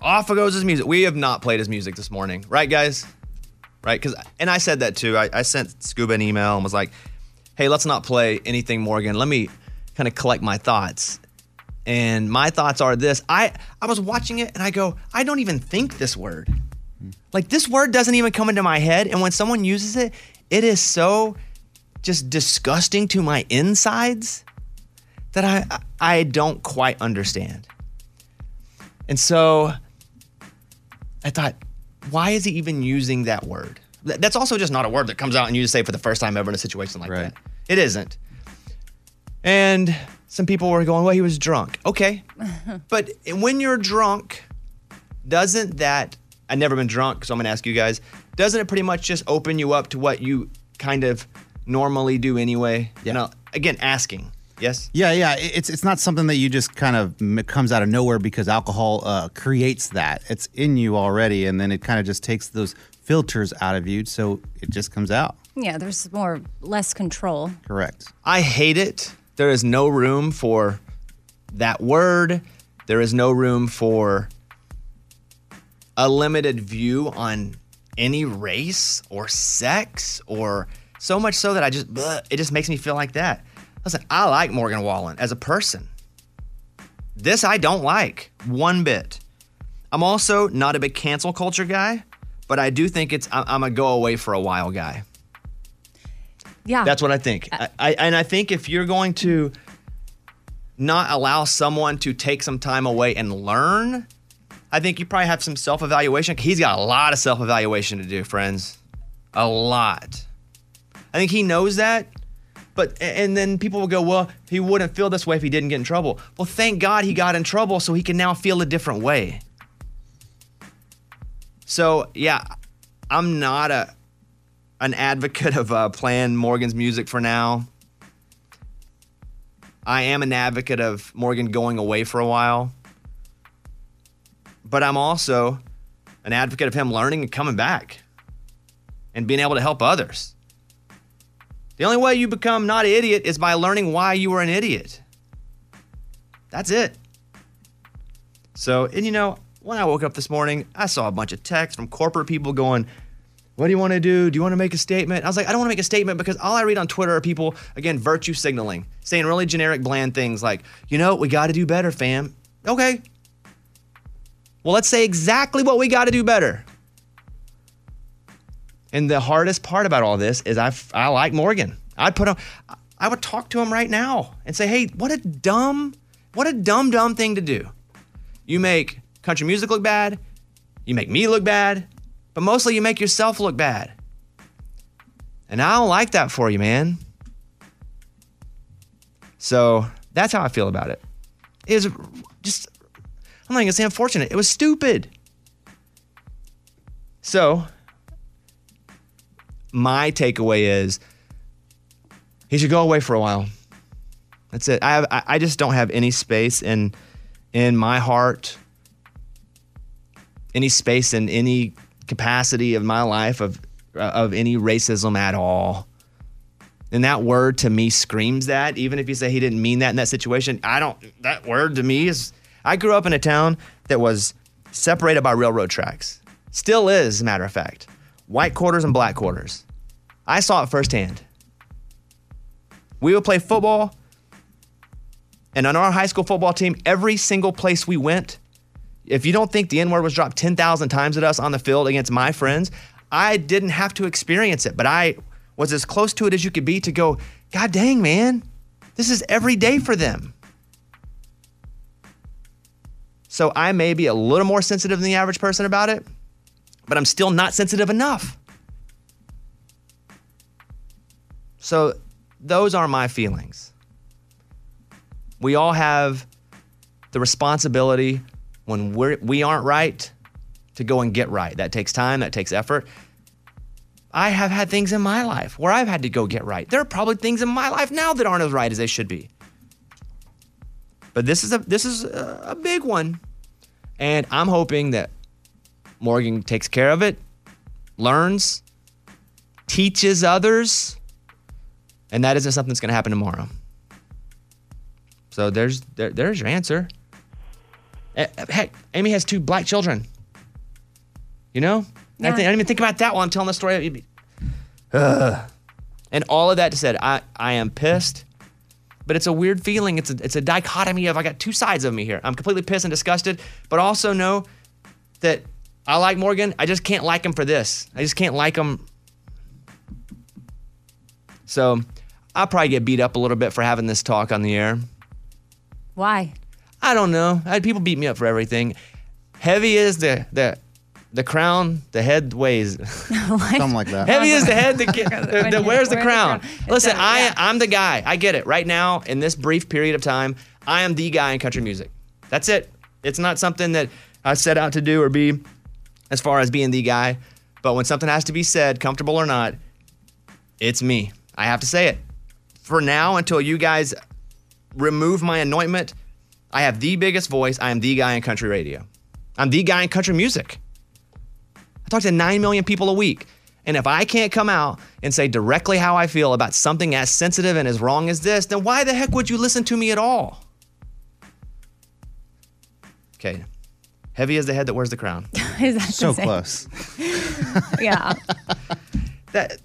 Off goes his music. We have not played his music this morning, right, guys? Right? Because, and I said that too. I, I sent Scuba an email and was like, hey, let's not play anything, Morgan. Let me kind of collect my thoughts. And my thoughts are this: I I was watching it and I go, I don't even think this word. Like this word doesn't even come into my head. And when someone uses it, it is so just disgusting to my insides that I I I don't quite understand. And so I thought, why is he even using that word? Th- That's also just not a word that comes out and you just say for the first time ever in a situation like that. It isn't. And some people were going, well, he was drunk. Okay. but when you're drunk, doesn't that, I've never been drunk, so I'm going to ask you guys, doesn't it pretty much just open you up to what you kind of normally do anyway? Yeah. again, asking. Yes. Yeah, yeah. It- It's it's not something that you just kind of m- comes out of nowhere because alcohol uh, creates that. It's in you already, and then it kind of just takes those filters out of you, so it just comes out. Yeah, there's more, less control. Correct. I hate it. There is no room for that word. There is no room for a limited view on any race or sex or so much so that I just bleh, it just makes me feel like that. Listen, I like Morgan Wallen as a person. This I don't like one bit. I'm also not a big cancel culture guy, but I do think it's I- I'm a go away for a while guy. Yeah. That's what I think. I, I, and I think if you're going to not allow someone to take some time away and learn, I think you probably have some self evaluation. He's got a lot of self evaluation to do, friends. A lot. I think he knows that. But a- and then people will go, well, he wouldn't feel this way if he didn't get in trouble. Well, thank God he got in trouble so he can now feel a different way. So yeah, I'm not a an advocate of uh, playing Morgan's music for now. I am an advocate of Morgan going away for a while. But I'm also an advocate of him learning and coming back and being able to help others. The only way you become not an idiot is by learning why you were an idiot. That's it. So, and you know, when I woke up this morning, I saw a bunch of texts from corporate people going, what do you want to do? Do you want to make a statement? I was like, I don't want to make a statement because all I read on Twitter are people, again, virtue signaling, saying really generic, bland things like, you know, we got to do better, fam. Okay. Well, let's say exactly what we got to do better. And the hardest part about all this is I, f- I like Morgan. I'd put him, I- I would talk to him right now and say, hey, what a dumb, what a dumb, dumb thing to do. You make country music look bad. You make me look bad but mostly you make yourself look bad. And I don't like that for you, man. So that's how I feel about it. It was just, I'm not even gonna say unfortunate. It was stupid. So, my takeaway is he should go away for a while. That's it. I, have, I I just don't have any space in in my heart any space in any capacity of my life of uh, of any racism at all. And that word to me screams that. Even if you say he didn't mean that in that situation, I don't. That word to me is. I grew up in a town that was separated by railroad tracks. Still is, as a matter of fact. White quarters and black quarters. I saw it firsthand. We would play football, and on our high school football team, every single place we went, if you don't think the N word was dropped 10,000 times at us on the field against my friends, I didn't have to experience it, but I was as close to it as you could be to go, God dang, man, this is every day for them. So I may be a little more sensitive than the average person about it, but I'm still not sensitive enough. So those are my feelings. We all have the responsibility when we're, we aren't right to go and get right. That takes time, that takes effort. I have had things in my life where I've had to go get right. There are probably things in my life now that aren't as right as they should be. But this is a this is a, a big one, and I'm hoping that Morgan takes care of it, learns, teaches others, and that isn't something that's going to happen tomorrow. So there's there, there's your answer. Eh, eh, Heck, Amy has two black children. You know, I, Yeah. didn't think- I didn't even think about that while I'm telling the story. It'd be- Ugh. And all of that said, I I am pissed, but it's a weird feeling. It's a it's a dichotomy of I got two sides of me here. I'm completely pissed and disgusted, but also know that I like Morgan. I just can't like him for this. I just can't like him so I'll probably get beat up a little bit for having this talk on the air. Why? I don't know. I, people beat me up for everything. Heavy is the the the crown, the head weighs. Something like that. Heavy is the head that, get, that, you- wears the wear the crown. crown. Listen, I I'm the guy. I get it. Right now, in this brief period of time, I am the guy in country music. That's it. It's not something that I set out to do or be, as far as being the guy. But when something has to be said, comfortable or not, it's me. I have to say it. For now, until you guys remove my anointment, I have the biggest voice. I am the guy in country radio. I'm the guy in country music. I talk to 9 million people a week. And if I can't come out and say directly how I feel about something as sensitive and as wrong as this, then why the heck would you listen to me at all? Okay. Heavy is the head that wears the crown. Is that the same? Yeah. that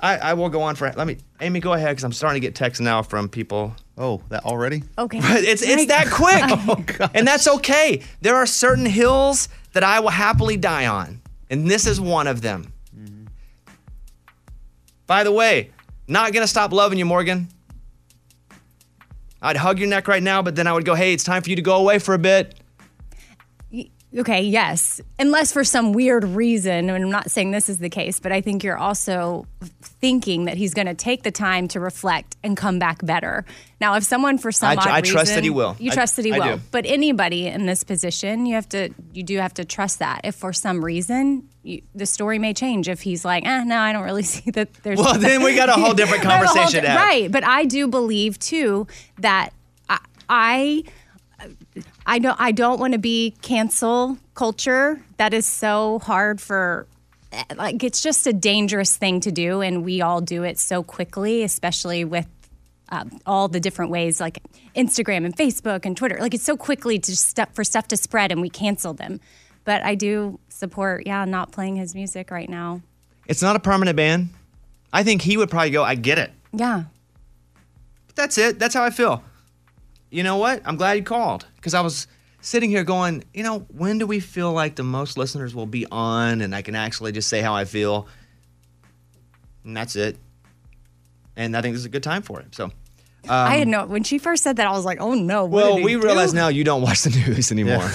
I, I will go on for. Let me, Amy, go ahead because I'm starting to get texts now from people. Oh, that already? Okay. But it's it's that quick, and that's okay. There are certain hills that I will happily die on, and this is one of them. By the way, not gonna stop loving you, Morgan. I'd hug your neck right now, but then I would go, "Hey, it's time for you to go away for a bit." Okay, yes. Unless for some weird reason, and I'm not saying this is the case, but I think you're also thinking that he's going to take the time to reflect and come back better. Now, if someone for some I tr- odd I trust that reason- he will. You I- trust that he I will. do. But anybody in this position, you have to you do have to trust that. If for some reason you, the story may change, if he's like, eh, no, I don't really see that there's. Well, then we got a whole different We have a whole conversation di- to have. right? But I do believe too that I. I I don't I don't want to be cancel culture. That is so hard for eh, like it's just a dangerous thing to do and we all do it so quickly, especially with um, all the different ways like Instagram and Facebook and Twitter. Like it's so quickly to stuff for stuff to spread and we cancel them. But I do support yeah, not playing his music right now. It's not a permanent ban. I think he would probably go, "I get it." Yeah. But that's it. That's how I feel. You know what? I'm glad you called because I was sitting here going, you know, when do we feel like the most listeners will be on and I can actually just say how I feel? And that's it. And I think this is a good time for it. So, um, I had no when she first said that I was like, "Oh no." what well, did he we realize do? now you don't watch the news anymore.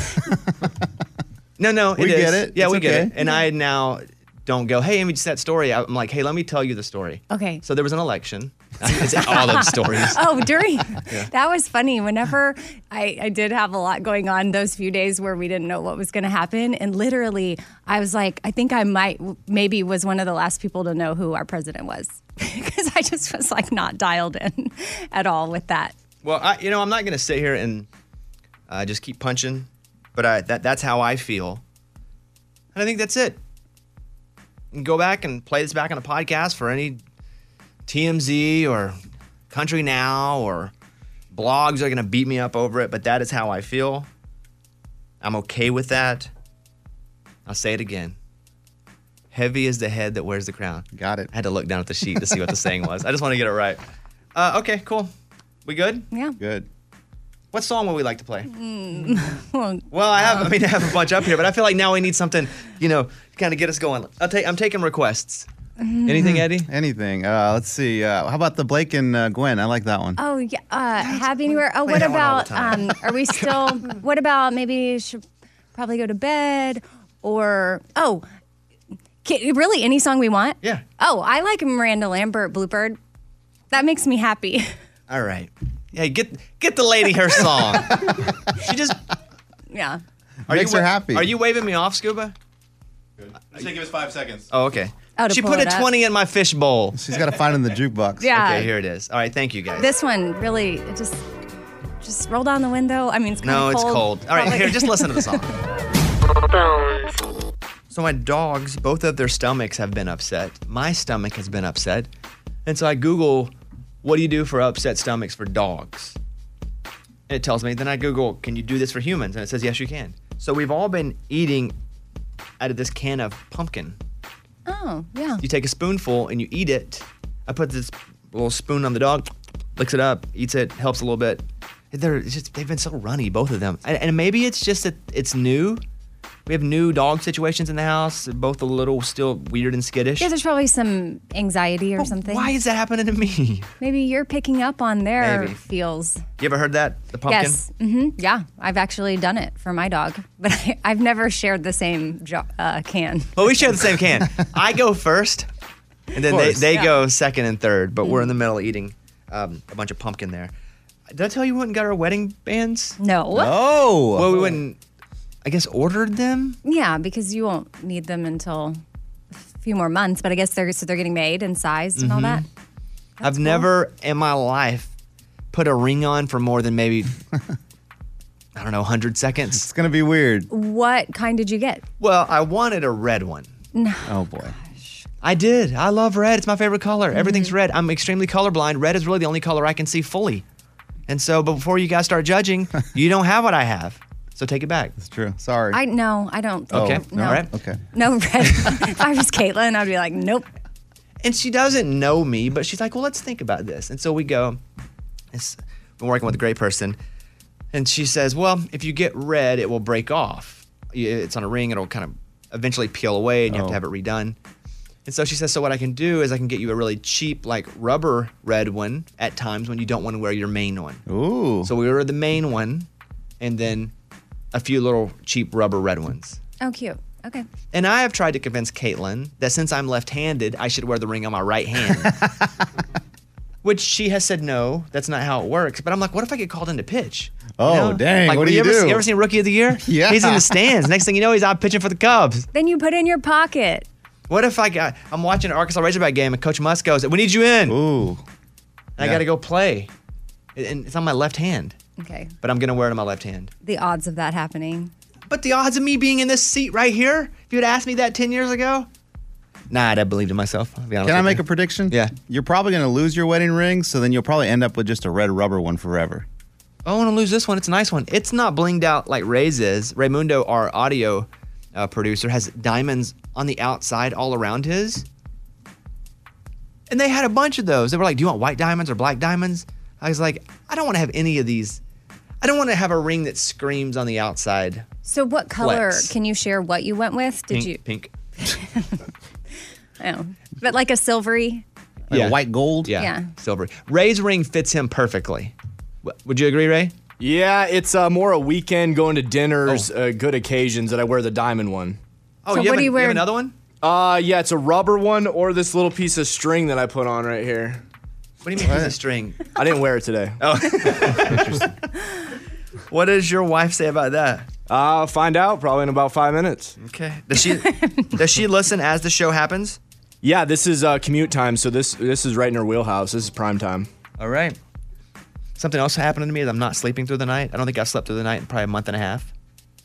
no, no, We is. get it. Yeah, It's we get okay. it. And I now don't go, hey, Amy, just that story. I'm like, hey, let me tell you the story. Okay. So there was an election. it's all those stories. oh, during Yeah. that was funny. Whenever I, I did have a lot going on those few days where we didn't know what was going to happen, and literally, I was like, I think I might, maybe, was one of the last people to know who our president was because I just was like not dialed in at all with that. Well, I, you know, I'm not going to sit here and uh, just keep punching, but I, that that's how I feel. And I think that's it. You can go back and play this back on a podcast for any TMZ or Country Now or blogs are going to beat me up over it, but that is how I feel. I'm okay with that. I'll say it again. Heavy is the head that wears the crown. Got it. I had to look down at the sheet to see what the saying was. I just want to get it right. Uh, okay, cool. We good? Yeah. Good. What song would we like to play? Mm, well, Well, I have. I mean, I have a bunch up here, but I feel like now we need something, you know, to kind of get us going. I'll take. I'm taking requests. Anything, Eddie? Anything. Uh, let's see. Uh, how about the Blake and uh, Gwen? I like that one. Oh yeah, uh, happy anywhere. Oh, play what that one all the about? Um, are we still? what about maybe you should probably go to bed or oh, ki- really any song we want? Yeah. Oh, I like Miranda Lambert, Bluebird. That makes me happy. All right. Hey, get get the lady her song. yeah. Are Makes you, her wa- happy. Are you waving me off, Scuba? It's taking us five seconds. Oh, okay. Oh, to she pull put it a up. 20 in my fish bowl. She's got to find it in the jukebox. Yeah. Okay, here it is. All right, thank you guys. This one really it just just roll down the window. I mean, it's kind no, of it's cold. cold. All right, Probably- here, just listen to the song. So my dogs, both of their stomachs have been upset. My stomach has been upset. And so I Google, what do you do for upset stomachs for dogs? And it tells me. Then I Google, can you do this for humans? And it says, yes, you can. So we've all been eating out of this can of pumpkin. oh yeah. You take a spoonful and you eat it. I put this little spoon on the dog, licks it up, eats it, helps a little bit. They're just, they've been so runny, both of them. And, and maybe it's just that it's new. We have new dog situations in the house, both a little still weird and skittish. Yeah, there's probably some anxiety or something. Why is that happening to me? Maybe you're picking up on their Maybe. feels. You ever heard that? The pumpkin? Yes. hmm Yeah, I've actually done it for my dog, but I, I've never shared the same jo- uh, can. Well, we share the same can. I go first, and then Of they, course. they Yeah. Mm-hmm. go second and third, but we're in the middle eating um, a bunch of pumpkin there. Did I tell you we went and got our wedding bands? No. Oh. No. Well, we went and, I guess, ordered them. Yeah, because you won't need them until a few more months. But I guess they're so they're getting made and sized and all Mhm. that. I've never in my life put a ring on for more than maybe, I don't know, 100 seconds. It's going to be weird. What kind did you get? Well, I wanted a red one. No. Oh, boy. I did. I love red. It's my favorite color. Mm-hmm. Everything's red. I'm extremely colorblind. Red is really the only color I can see fully. And so before you guys start judging, you don't have what I have. So take it back. It's true. Sorry. I no, I don't. think- okay. No. All right. Okay. No red. if I was Caitlin, I'd be like, nope. And she doesn't know me, but she's like, well, let's think about this. And so we go, it's, we're working with a great person. And she says, well, if you get red, it will break off. Y- It's on a ring, it'll kind of eventually peel away and you have to have it redone. And so she says, so what I can do is I can get you a really cheap, like rubber red one at times when you don't want to wear your main one. Ooh. So we ordered the main one and then a few little cheap rubber red ones. Oh, cute. Okay. And I have tried to convince Caitlin that since I'm left handed, I should wear the ring on my right hand. Which she has said no, that's not how it works. But I'm like, what if I get called into pitch? You Oh, dang, what do you ever, do? You ever seen Rookie of the Year? Yeah. He's in the stands. Next thing you know, he's out pitching for the Cubs. Then you put it in your pocket. What if I got, I'm watching an Arkansas Razorback game and Coach Musk goes, we need you in. Ooh. And I Yeah. got to go play. And- And it's on my left hand, Okay. but I'm going to wear it on my left hand. The odds of that happening. But the odds of me being in this seat right here, if you'd asked me that 10 years ago, nah, I'd have believed in myself. I'll be honest Can I with make you. a prediction? Yeah. You're probably going to lose your wedding ring, so then you'll probably end up with just a red rubber one forever. I want to lose this one. It's a nice one. It's not blinged out like Ray's is. Raymundo, our audio uh, producer, has diamonds on the outside all around his. And they had a bunch of those. They were like, Do you want white diamonds or black diamonds? I was like, I don't want to have any of these. I don't want to have a ring that screams on the outside. So, what color Flex. can you share? What you went with? Did pink, you? Pink. Oh, but like a silvery. Like white gold? Yeah. Yeah. Silver. Ray's ring fits him perfectly. W- Would you agree, Ray? Yeah, it's uh, more a weekend going to dinners, Oh. uh, good occasions that I wear the diamond one. Oh, So you what have do an- you you have wear- another one? Uh, yeah, it's a rubber one or this little piece of string that I put on right here. What do you mean piece of string? I didn't wear it today. Oh. what does your wife say about that? Uh, find out probably in about five minutes. Okay. Does she does she listen as the show happens? Yeah, this is uh, commute time, so this this is right in her wheelhouse. This is prime time. All right. Something else happened to me is I'm not sleeping through the night. I don't think I've slept through the night in probably a month and a half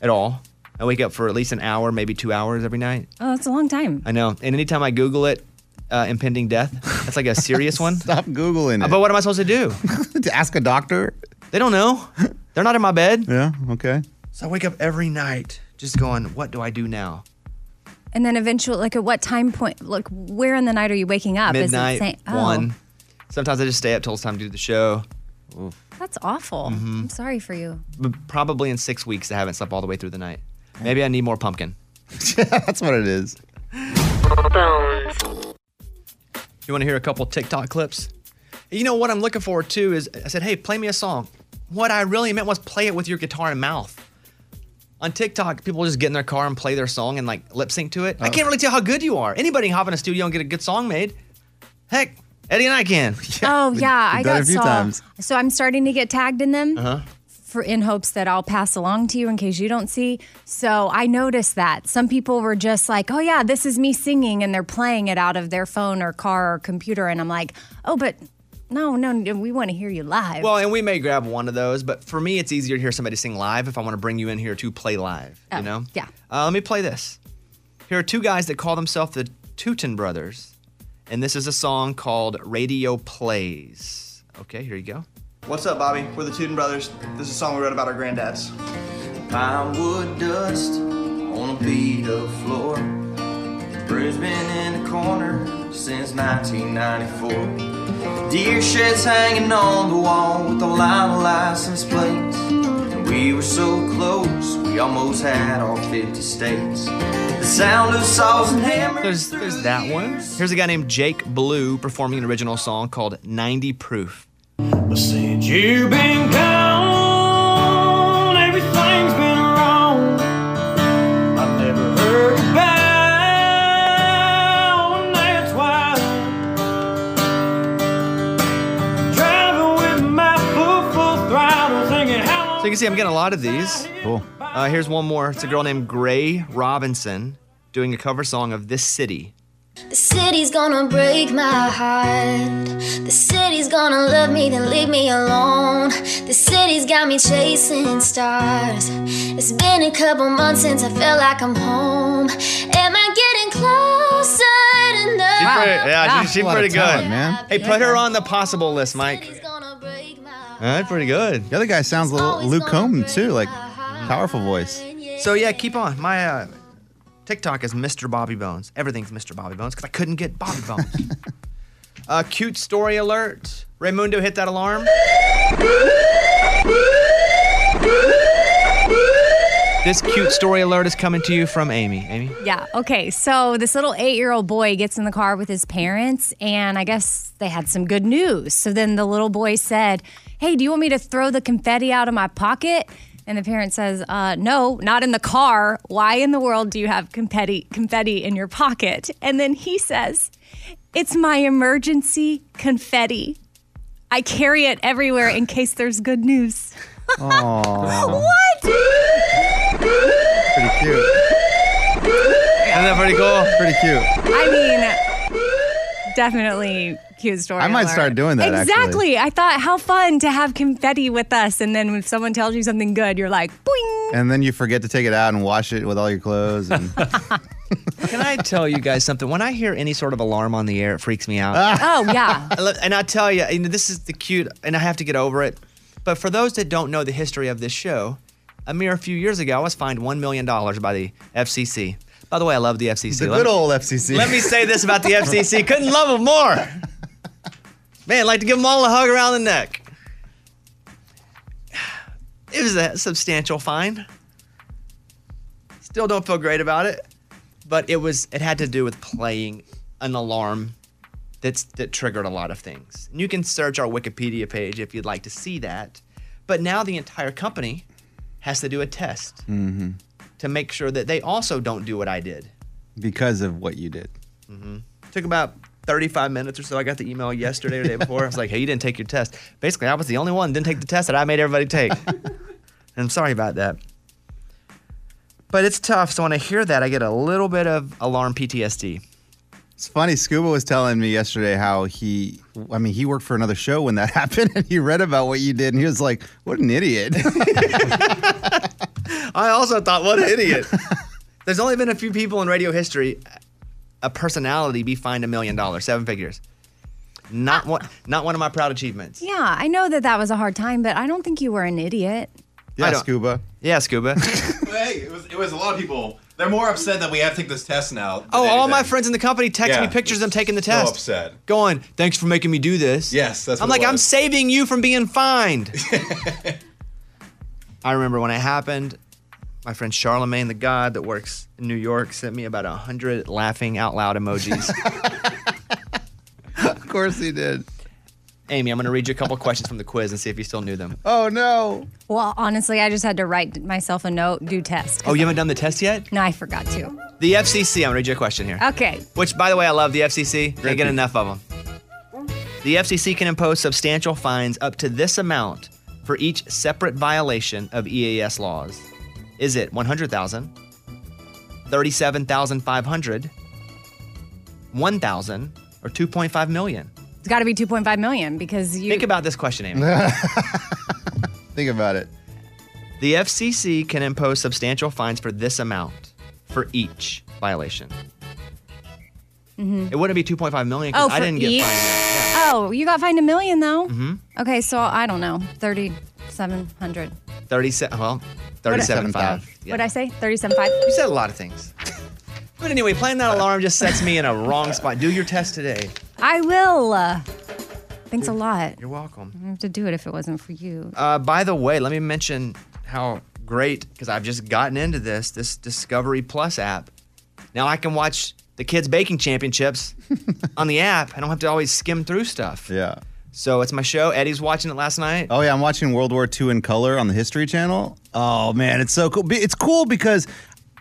at all. I wake up for at least an hour, maybe two hours every night. Oh, that's a long time. I know. And anytime I Google it, uh, impending death, that's like a serious one. Uh, Stop Googling it. But what am I supposed to do? to ask a doctor? They don't know. They're not in my bed. Yeah, okay. So I wake up every night just going, what do I do now? And then eventually, like at what time point? Like where in the night are you waking up? Is it Oh, Midnight, saying- one. Sometimes I just stay up till it's time to do the show. That's awful. Mhm. I'm sorry for you. But probably in six weeks, I haven't slept all the way through the night. Maybe I need more pumpkin. That's what it is. You want to hear a couple TikTok clips? You know what I'm looking forward to is I said, hey, play me a song. What I really meant was play it with your guitar and mouth. On TikTok, people just get in their car and play their song and like lip sync to it. I Oh. can't really tell how good you are. Anybody can hop in a studio and get a good song made. Heck, Eddie and I can. oh yeah, I we've done got it a few saw. times. So I'm starting to get tagged in them. Uh-huh. for in hopes that I'll pass along to you in case you don't see. So I noticed that some people were just like, "Oh yeah, this is me singing," and they're playing it out of their phone or car or computer, and I'm like, "Oh, but no, no, no, we want to hear you live." Well, and we may grab one of those, but for me, it's easier to hear somebody sing live if I want to bring you in here to play live. Oh, you know? yeah. Uh, let me play this. Here are two guys that call themselves the Teuton Brothers, and this is a song called Radio Plays. Okay, here you go. What's up, Bobby? We're the Tootin Brothers. This is a song we wrote about our granddads. Pinewood dust on a beat of floor. Brisbane in the corner since 1994. Deer sheds hanging on the wall with the line license plates. And we were so close, we almost had all 50 states. The sound of saws and hammers. There's, there's that one. Here's a guy named Jake Blue performing an original song called 90 Proof. Since you've been gone, everything's been wrong. I've never heard about, and that's why. Driving with my foot full throttle, thinking how So you can see I'm getting a lot of these. Cool. Uh, here's one more. It's a girl named Gray Robinson doing a cover song of This City. The city's gonna break my heart. The city's gonna love me, then leave me alone. The city's got me chasing stars. It's been a couple months since I feel like I'm home. Am I getting closer to She's know? pretty, yeah, she- she's pretty good. man. Hey, put her on the possible list, Mike. That's pretty good. The other guy sounds a little Luke Combs too, like powerful voice. So yeah, keep on. My uh, TikTok is Mr. Bobby Bones. Everything's Mr. Bobby Bones because I couldn't get Bobby Bones. uh, cute story alert. Raymundo hit that alarm. This cute story alert is coming to you from Amy. Amy. Yeah. Okay. So this little eight year old boy gets in the car with his parents, and I guess they had some good news. So then the little boy said, Hey, do you want me to throw the confetti out of my pocket? And the parent says, uh, No, not in the car. Why in the world do you have confetti, confetti in your pocket? And then he says, It's my emergency confetti. I carry it everywhere in case there's good news. Oh, What? pretty cute. Isn't that pretty cool? Pretty cute. I mean, definitely cute story. I might alert. start doing that, actually. Exactly. I thought how fun to have confetti with us, and then when someone tells you something good, you're like, boing. And then you forget to take it out and wash it with all your clothes. And Can I tell you guys something? When I hear any sort of alarm on the air, it freaks me out. Oh yeah. I love- and I tell you, and this is the cute, and I have to get over it. But for those that don't know the history of this show, a mere few years ago, I was fined one million dollars by the FCC. By the way, I love the FCC. the Let good me- old FCC. Let me say this about the FCC: couldn't love them more. Man, I'd like to give them all a hug around the neck. It was a substantial fine. Still don't feel great about it, but it was. It had to do with playing an alarm that's that triggered a lot of things. And you can search our Wikipedia page if you'd like to see that. But now the entire company has to do a test Mhm. to make sure that they also don't do what I did. Because of what you did. Took about 35 minutes or so. I got the email yesterday or the day before. I was like, hey, you didn't take your test. Basically, I was the only one that didn't take the test that I made everybody take. and I'm sorry about that. But it's tough. So when I hear that, I get a little bit of alarm PTSD. It's funny. Scuba was telling me yesterday how he, I mean, he worked for another show when that happened, and he read about what you did, and he was like, "What an idiot!" I also thought, what an idiot. There's only been a few people in radio history, a personality be fined a million dollars, seven figures. Not one, not one of my proud achievements. Yeah, I know that that was a hard time, but I don't think you were an idiot. Yeah, scuba. Yeah, scuba. hey, it was, it was a lot of people. They're more upset that we have to take this test now. oh, all my friends in the company text Yeah, me pictures of them taking the so test. upset. Going, thanks for making me do this. Yes, that's. I'm what like, it I'm was. saving you from being fined. I remember when it happened, my friend Charlemagne, the god that works in New York, sent me about a hundred laughing out loud emojis. of course he did. Amy, I'm going to read you a couple questions from the quiz and see if you still knew them. Oh no. Well, honestly, I just had to write myself a note, do test. Oh, you haven't done the test yet? No, I forgot to. The FCC. I'm going to read you a question here. Okay. Which, by the way, I love the FCC. Can't get enough of them. The FCC can impose substantial fines up to this amount for each separate violation of EAS laws. Is it 100,000, 37,500, 1,000, or 2.5 million? It's got to be 2.5 million because you Think about this question, Amy. Think about it. The FCC can impose substantial fines for this amount for each violation. Mhm. It wouldn't be 2.5 million Oh, because I for didn't get each? fined. Oh, you got fined a million though. Mm-hmm. Okay, so I don't know, thirty-seven hundred. 37, well, 37.5. Yeah. What'd I say? Thirty-seven five. You said a lot of things. But anyway, playing that alarm just sets me in a wrong spot. Do your test today. I will. Uh, thanks a lot. You're welcome. I have to do it if it wasn't for you. Uh, by the way, let me mention how great because I've just gotten into this this Discovery Plus app. Now I can watch the kids baking championships on the app. I don't have to always skim through stuff. Yeah. So it's my show. Eddie's watching it last night. Oh yeah, I'm watching World War II in color on the History Channel. Oh man, it's so cool. Be- It's cool because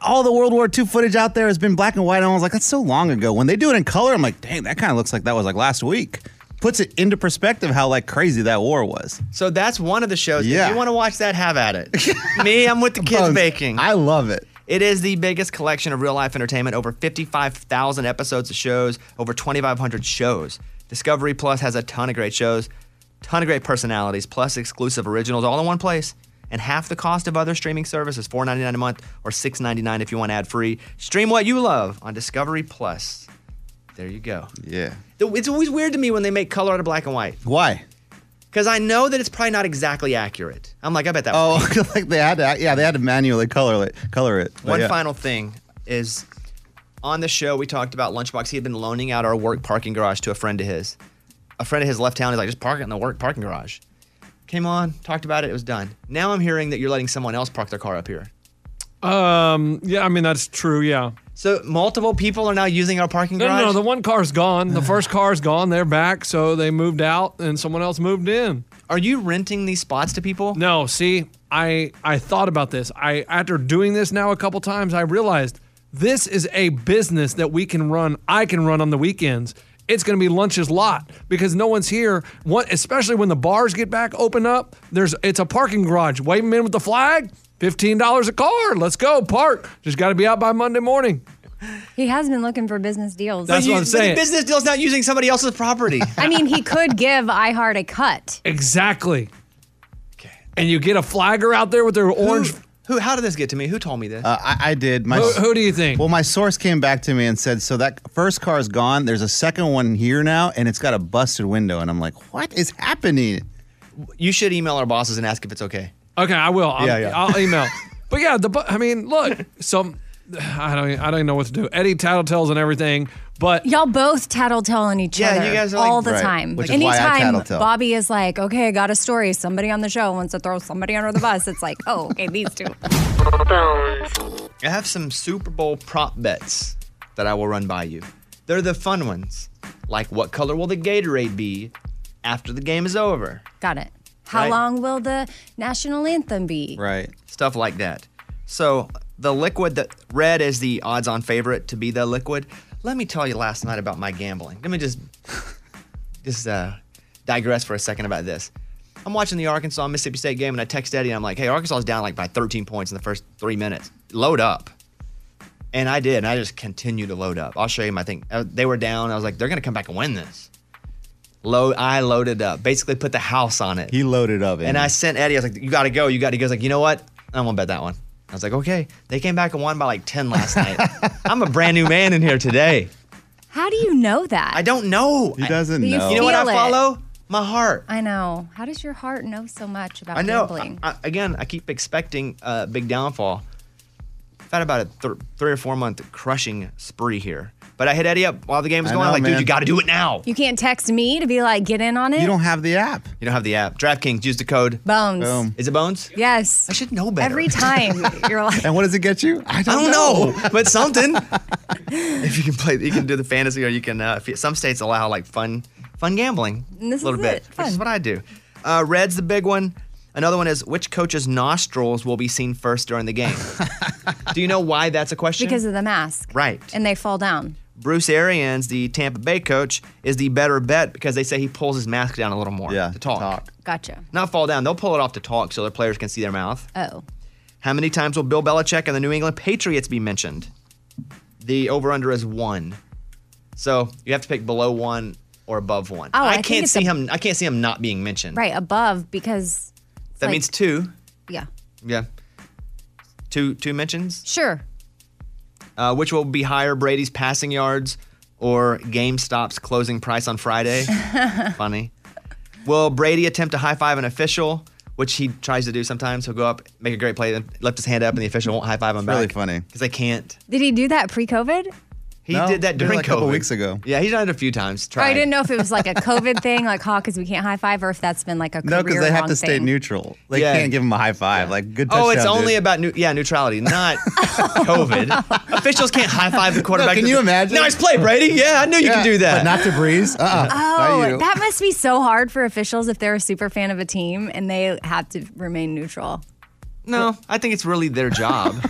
all the World War II footage out there has been black and white. And I was like, that's so long ago. When they do it in color, I'm like, dang, that kind of looks like that was like last week. Puts it into perspective how like crazy that war was. So that's one of the shows. If Yeah. you want to watch that, have at it. Me, I'm with the kids baking. I love it. It is the biggest collection of real life entertainment. Over 55,000 episodes of shows, over 2,500 shows. Discovery Plus has a ton of great shows, ton of great personalities, plus exclusive originals all in one place. And half the cost of other streaming services, $4.99 a month or $6.99 if you want ad free. Stream what you love on Discovery Plus. There you go. Yeah. Th- It's always weird to me when they make color out of black and white. Why? Because I know that it's probably not exactly accurate. I'm like, I bet that. was Oh, like they had to, yeah, they had to manually color it, color it. But One yeah. final thing is on the show, we talked about Lunchbox. He had been loaning out our work parking garage to a friend of his. A friend of his left town. He's like, just park it in the work parking garage. Came on, talked about it. It was done. Now I'm hearing that you're letting someone else park their car up here. Um. Yeah. I mean, that's true. Yeah. So multiple people are now using our parking No, no, garage. no. The one car's gone. The first car's gone. They're back. So they moved out, and someone else moved in. Are you renting these spots to people? No. See, I I thought about this. I after doing this now a couple times, I realized this is a business that we can run. I can run on the weekends. It's going to be lunch's lot because no one's here. One, especially when the bars get back open up. There's it's a parking garage. Wave 'em in with the flag. Fifteen dollars a car. Let's go park. Just got to be out by Monday morning. He has been looking for business deals. That's what I'm saying. business deal's not using somebody else's property. I mean, he could give iHeart a cut. Exactly. And you get a flagger out there with their orange. Who? How did this get to me? Who told me this? Uh, I, I did. My, Who- who do you think? Well, my source came back to me and said, "So that first car is gone. There's a second one here now, and it's got a busted window." And I'm like, "What is happening?" You should email our bosses and ask if it's okay. Okay, I will. I'll, Yeah, yeah. I'll email. but yeah, the bu- I mean, look, some I don't I don't even know what to do. Eddie tattletales and everything, but Y'all both tattletale on each Yeah, other you guys are like- all the Right, time. which is why I Anytime tattletale. Bobby is like, "Okay, I got a story. Somebody on the show wants to throw somebody under the bus," it's like, "Oh, okay, these two. I have some Super Bowl prop bets that I will run by you. They're the fun ones, like what color will the Gatorade be after the game is over? Got it. How Right. long will the national anthem be? Right. Stuff like that. So, the liquid that red is the odds on favorite to be the liquid. Let me tell you last night about my gambling. Let me just just uh, digress for a second about this. I'm watching the Arkansas Mississippi State game and I text Eddie and I'm like, hey, Arkansas's down like by 13 points in the first three minutes. Load up. And I did. And I just continued to load up. I'll show you my thing. Uh, They were down. I was like, they're going to come back and win this. Load. I loaded up. Basically put the house on it. He loaded up, And I sent Eddie, I was like, you got to go. You got to go. He's like, you know what? I don't want to bet that one. I was like, okay. They came back and won by like 10 last night. I'm a brand new man in here today. How do you know that? I don't know. He doesn't You You know what I feel it. follow? My heart. I know. How does your heart know so much about I know. gambling? I- I- again, I keep expecting a big downfall. I've had about a th- three or four month crushing spree here. But I hit Eddie up while the game was I going. know, like, dude, man. you got to do it now. You can't text me to be like, get in on it. have the app. You don't have the app. DraftKings, use the code Bones. Boom. Is it Bones? Yes. I should know better. Every time you're like, And what does it get you? I don't, know. but something. if you can play, you can do the fantasy, or you can. Uh, if you- some states allow like fun, fun gambling And this a little is bit, it. which is Fun. what I do. Uh, red's the big one. Another one is which coach's nostrils will be seen first during the game. do you know why that's a question? because of the mask, right. and they fall down. Bruce Arians, the Tampa Bay coach, is the better bet because they say he pulls his mask down a little more yeah, to talk. Gotcha. Not fall down. They'll pull it off to talk so their players can see their mouth. Oh. How many times will Bill Belichick and the New England Patriots be mentioned? The over under is one. So you have to pick below one or above one. Oh, I think can't it's see a- him. I can't see him not being mentioned. Right above because That like- means two. yeah, Yeah. Two two mentions. sure. Uh, which will be higher, Brady's passing yards or GameStop's closing price on Friday? Funny. Will Brady attempt to high five an official, which he tries to do sometimes? He'll go up, make a great play, then lift his hand up, and the official won't high five him back. really funny because they can't. Did he do that pre-COVID? He No, did that he did during it a couple COVID. weeks ago. Yeah, he's done it a few times. Oh, I Tried. didn't know if it was like a COVID thing, like hawk because we can't high five, or if that's been like a No, because they have career-long to stay thing. neutral. They Yeah. can't give him a high five. Like good. Oh, it's touchdown, only dude. about new, yeah neutrality, not COVID. Officials can't high five the quarterback. can to you the- imagine? Nice play, Brady. Yeah, I knew you Yeah, could do that. but not to Breeze. Uh-uh. Oh, that must be so hard for officials if they're a super fan of a team and they have to remain neutral. No, I think it's really their job.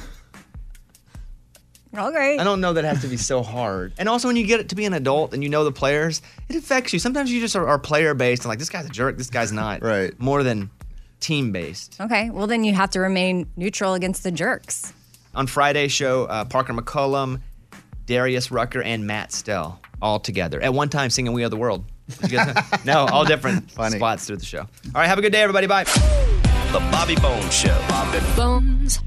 Okay. I don't know that it has to be so hard. And also, when you get it to be an adult and you know the players, it affects you. Sometimes you just are, are player based and like this guy's a jerk, this guy's not. Right. More than team based. Okay. Well, then you have to remain neutral against the jerks. On Friday's show, uh, Parker McCollum, Darius Rucker, and Matt Stell all together at one time singing "We Are the World." Did you guys know? no, all different spots through the show. All right, have a good day, everybody. Bye. The Bobby Bones Show. Bones